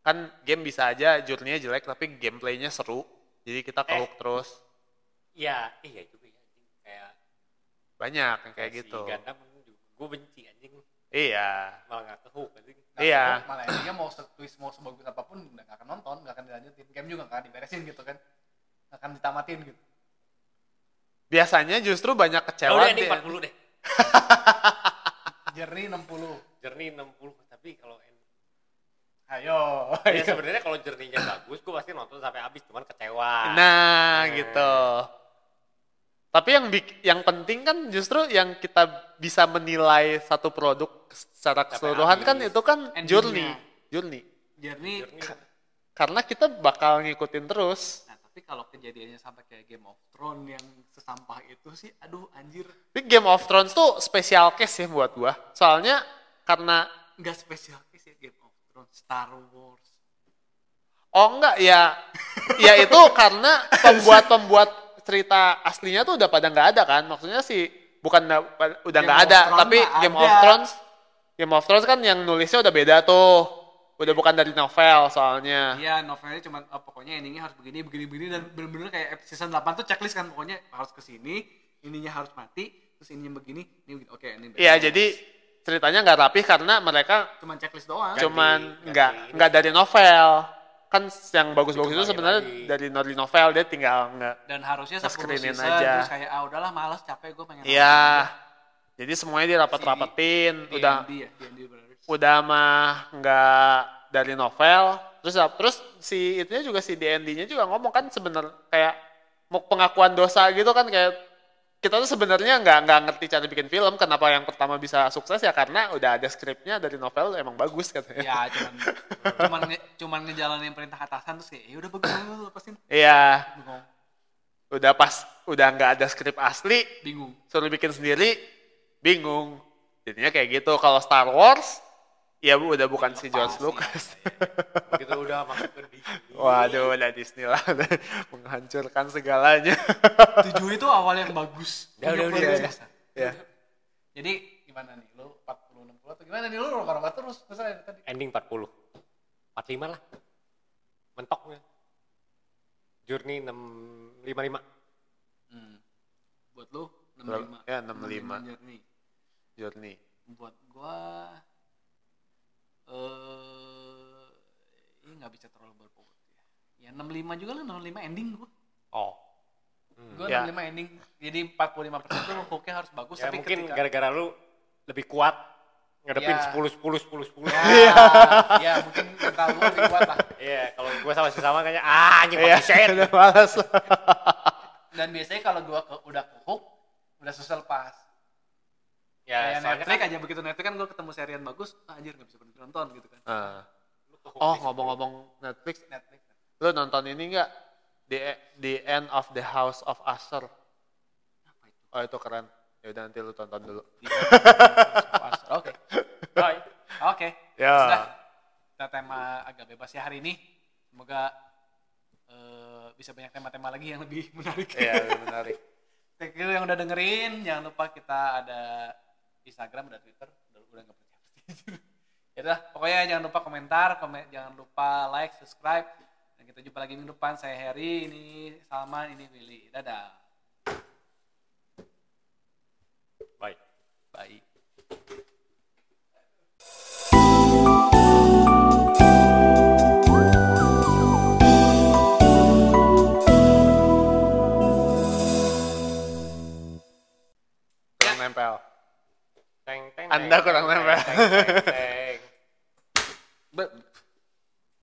[SPEAKER 2] Kan game bisa aja journey jelek tapi gameplaynya seru. Jadi kita ke
[SPEAKER 3] Eh.
[SPEAKER 2] hook terus.
[SPEAKER 3] Iya, iya juga ya anjing. Kayak
[SPEAKER 2] Banyak yang kayak
[SPEAKER 3] si
[SPEAKER 2] gitu.
[SPEAKER 3] Gundam juga gue benci anjing,
[SPEAKER 2] Iya.
[SPEAKER 3] malah nggak ke hook anjing.
[SPEAKER 1] Nah,
[SPEAKER 2] Iya.
[SPEAKER 1] kalau malah dia mau se- twist mau sebagus apapun udah nggak akan nonton nggak akan dilanjutin game juga nggak akan diberesin gitu kan nggak akan ditamatin gitu
[SPEAKER 2] Biasanya justru banyak
[SPEAKER 3] Ya
[SPEAKER 2] kecewa
[SPEAKER 3] udah
[SPEAKER 2] deh.
[SPEAKER 3] ending 40 deh.
[SPEAKER 1] jernih 60
[SPEAKER 3] Journey 60, tapi kalau end
[SPEAKER 1] ayo
[SPEAKER 2] Oh, iya.
[SPEAKER 3] ya sebenarnya kalau journey-nya bagus, gue pasti nonton sampai habis, cuman kecewa.
[SPEAKER 2] Nah,
[SPEAKER 3] Hmm.
[SPEAKER 2] gitu. Tapi yang bik- yang penting kan justru yang kita bisa menilai satu produk secara keseluruhan kan
[SPEAKER 3] habis.
[SPEAKER 2] itu kan
[SPEAKER 1] Endingnya.
[SPEAKER 2] journey, journey.
[SPEAKER 1] jernih
[SPEAKER 3] Journey
[SPEAKER 2] Karena kita bakal ngikutin terus.
[SPEAKER 1] nah tapi kalau kejadiannya sampai kayak Game of Thrones yang sesampah itu sih aduh anjir
[SPEAKER 2] Tapi Game of Thrones tuh spesial case ya buat gua. Soalnya karena
[SPEAKER 1] nggak spesial sih Game of Thrones Star Wars
[SPEAKER 2] oh enggak ya ya itu karena pembuat-pembuat cerita aslinya tuh udah pada nggak ada kan. Maksudnya sih bukan na- udah
[SPEAKER 1] Game
[SPEAKER 2] nggak
[SPEAKER 1] of
[SPEAKER 2] ada,
[SPEAKER 1] Thrones
[SPEAKER 2] tapi
[SPEAKER 1] mah
[SPEAKER 2] Game
[SPEAKER 1] ada.
[SPEAKER 2] of Thrones Game of Thrones kan yang nulisnya udah beda tuh. Udah bukan dari novel soalnya.
[SPEAKER 1] Iya, novelnya cuma eh, pokoknya endingnya harus begini, begini, begini dan bener-bener kayak season 8 tuh checklist kan pokoknya harus ke sini, ininya harus mati, terus ininya begini, ini begini. Oke, ini.
[SPEAKER 2] Iya,
[SPEAKER 1] beres.
[SPEAKER 2] jadi ceritanya nggak rapih karena mereka
[SPEAKER 1] cuma checklist doang.
[SPEAKER 3] Cuma-
[SPEAKER 2] cuman
[SPEAKER 3] ganti
[SPEAKER 2] nggak
[SPEAKER 3] ini.
[SPEAKER 2] nggak dari novel. Kan yang bagus-bagus itu
[SPEAKER 3] Dikembangin
[SPEAKER 2] sebenarnya
[SPEAKER 3] lagi.
[SPEAKER 2] dari dari novel dia tinggal nggak.
[SPEAKER 1] dan harusnya 10
[SPEAKER 2] Nge-screenin
[SPEAKER 1] season
[SPEAKER 2] aja.
[SPEAKER 1] terus kayak ah udahlah malas capek gue pengen
[SPEAKER 2] Iya.
[SPEAKER 1] nonton.
[SPEAKER 2] Jadi semuanya dirapat-rapetin,
[SPEAKER 1] D&D
[SPEAKER 2] udah
[SPEAKER 1] ya, D&D Brothers.
[SPEAKER 2] udah mah nggak dari novel. Terus terus si itunya juga si DND-nya juga ngomong kan sebenarnya kayak mau pengakuan dosa gitu kan kayak kita tuh sebenarnya nggak nggak ngerti cara bikin film kenapa yang pertama bisa sukses ya karena udah ada skripnya dari novel emang bagus katanya.
[SPEAKER 1] Ya, cuman cuman nge, cuman ngejalanin perintah atasan terus kayak ya udah bagus bagus, lepasin.
[SPEAKER 2] Iya,
[SPEAKER 1] Bengong,
[SPEAKER 2] udah pas udah nggak ada skrip asli,
[SPEAKER 1] bingung.
[SPEAKER 2] suruh bikin sendiri, bingung. Jadinya kayak gitu. Kalau Star Wars, ya bu, udah bukan si George
[SPEAKER 1] Lepas,
[SPEAKER 2] Lucas.
[SPEAKER 1] iya, iya, iya.
[SPEAKER 3] Begitu gitu udah masuk ke Disney.
[SPEAKER 2] Waduh, udah Disney lah, udah menghancurkan segalanya.
[SPEAKER 1] Tujuh itu awal yang bagus.
[SPEAKER 3] Udah, udah,
[SPEAKER 1] Tujuh
[SPEAKER 3] udah,
[SPEAKER 1] bagus.
[SPEAKER 2] udah. ya.
[SPEAKER 1] Jadi gimana nih lu 40 60 atau gimana nih lu rokok-rokok terus misalnya tadi
[SPEAKER 3] ending 40 45 lah mentoknya journey 6 55
[SPEAKER 1] Hmm. Buat lu
[SPEAKER 2] Berapa?
[SPEAKER 1] 65.
[SPEAKER 2] Ya, 65.
[SPEAKER 1] jernih.
[SPEAKER 2] Journey.
[SPEAKER 1] Buat gua eh ini nggak bisa terlalu berpikir. Ya 65 juga lah 65 ending gua.
[SPEAKER 3] oh
[SPEAKER 1] Gua
[SPEAKER 2] Ya.
[SPEAKER 1] 65 ending. Jadi 45% tuh hooknya harus bagus
[SPEAKER 3] ya
[SPEAKER 1] Oh, tapi
[SPEAKER 3] mungkin
[SPEAKER 1] ketika
[SPEAKER 3] gara-gara lu lebih kuat ngadepin
[SPEAKER 1] Ya.
[SPEAKER 3] 10 10 10 10
[SPEAKER 1] ya, ya, mungkin mental lu lebih kuat lah.
[SPEAKER 3] Iya, kalau gue sama si sama kayaknya ah anjing
[SPEAKER 2] Iya,
[SPEAKER 3] pakai shit.
[SPEAKER 2] udah malas.
[SPEAKER 1] Dan biasanya kalau gua ke, udah ke hook, udah susah lepas.
[SPEAKER 3] Ya,
[SPEAKER 1] Kayak
[SPEAKER 3] soalnya
[SPEAKER 1] Netflix
[SPEAKER 3] kan
[SPEAKER 1] aja begitu Netflix kan gua ketemu serian bagus, ah, anjir nggak bisa berhenti nonton gitu kan.
[SPEAKER 2] Ah.
[SPEAKER 3] lu ke hook
[SPEAKER 2] Oh,
[SPEAKER 3] di-
[SPEAKER 2] ngomong-ngomong Netflix,
[SPEAKER 1] Netflix.
[SPEAKER 2] lu nonton ini nggak? The, E, The End of the House of Usher.
[SPEAKER 1] Apa itu?
[SPEAKER 2] Oh, itu keren. Ya udah nanti lu tonton dulu.
[SPEAKER 1] Iya. Oke.
[SPEAKER 3] Oh,
[SPEAKER 1] Oke.
[SPEAKER 2] Ya.
[SPEAKER 1] Sudah. Kita tema agak bebas ya hari ini. Semoga eh, bisa banyak tema-tema lagi yang lebih menarik.
[SPEAKER 2] Iya, menarik.
[SPEAKER 1] Thank you yang udah dengerin. Jangan lupa kita ada Instagram, ada Twitter, udah udah nggak percaya. ya udah, pokoknya jangan lupa komentar, komen- jangan lupa like, subscribe. Dan kita jumpa lagi minggu depan. Saya Heri, ini Salman, ini Willy. Dadah.
[SPEAKER 3] baik.
[SPEAKER 1] Bye.
[SPEAKER 2] nempel.
[SPEAKER 3] Teng, teng,
[SPEAKER 2] Anda
[SPEAKER 3] teng,
[SPEAKER 2] kurang
[SPEAKER 3] teng,
[SPEAKER 2] nempel.
[SPEAKER 3] teng, teng, teng,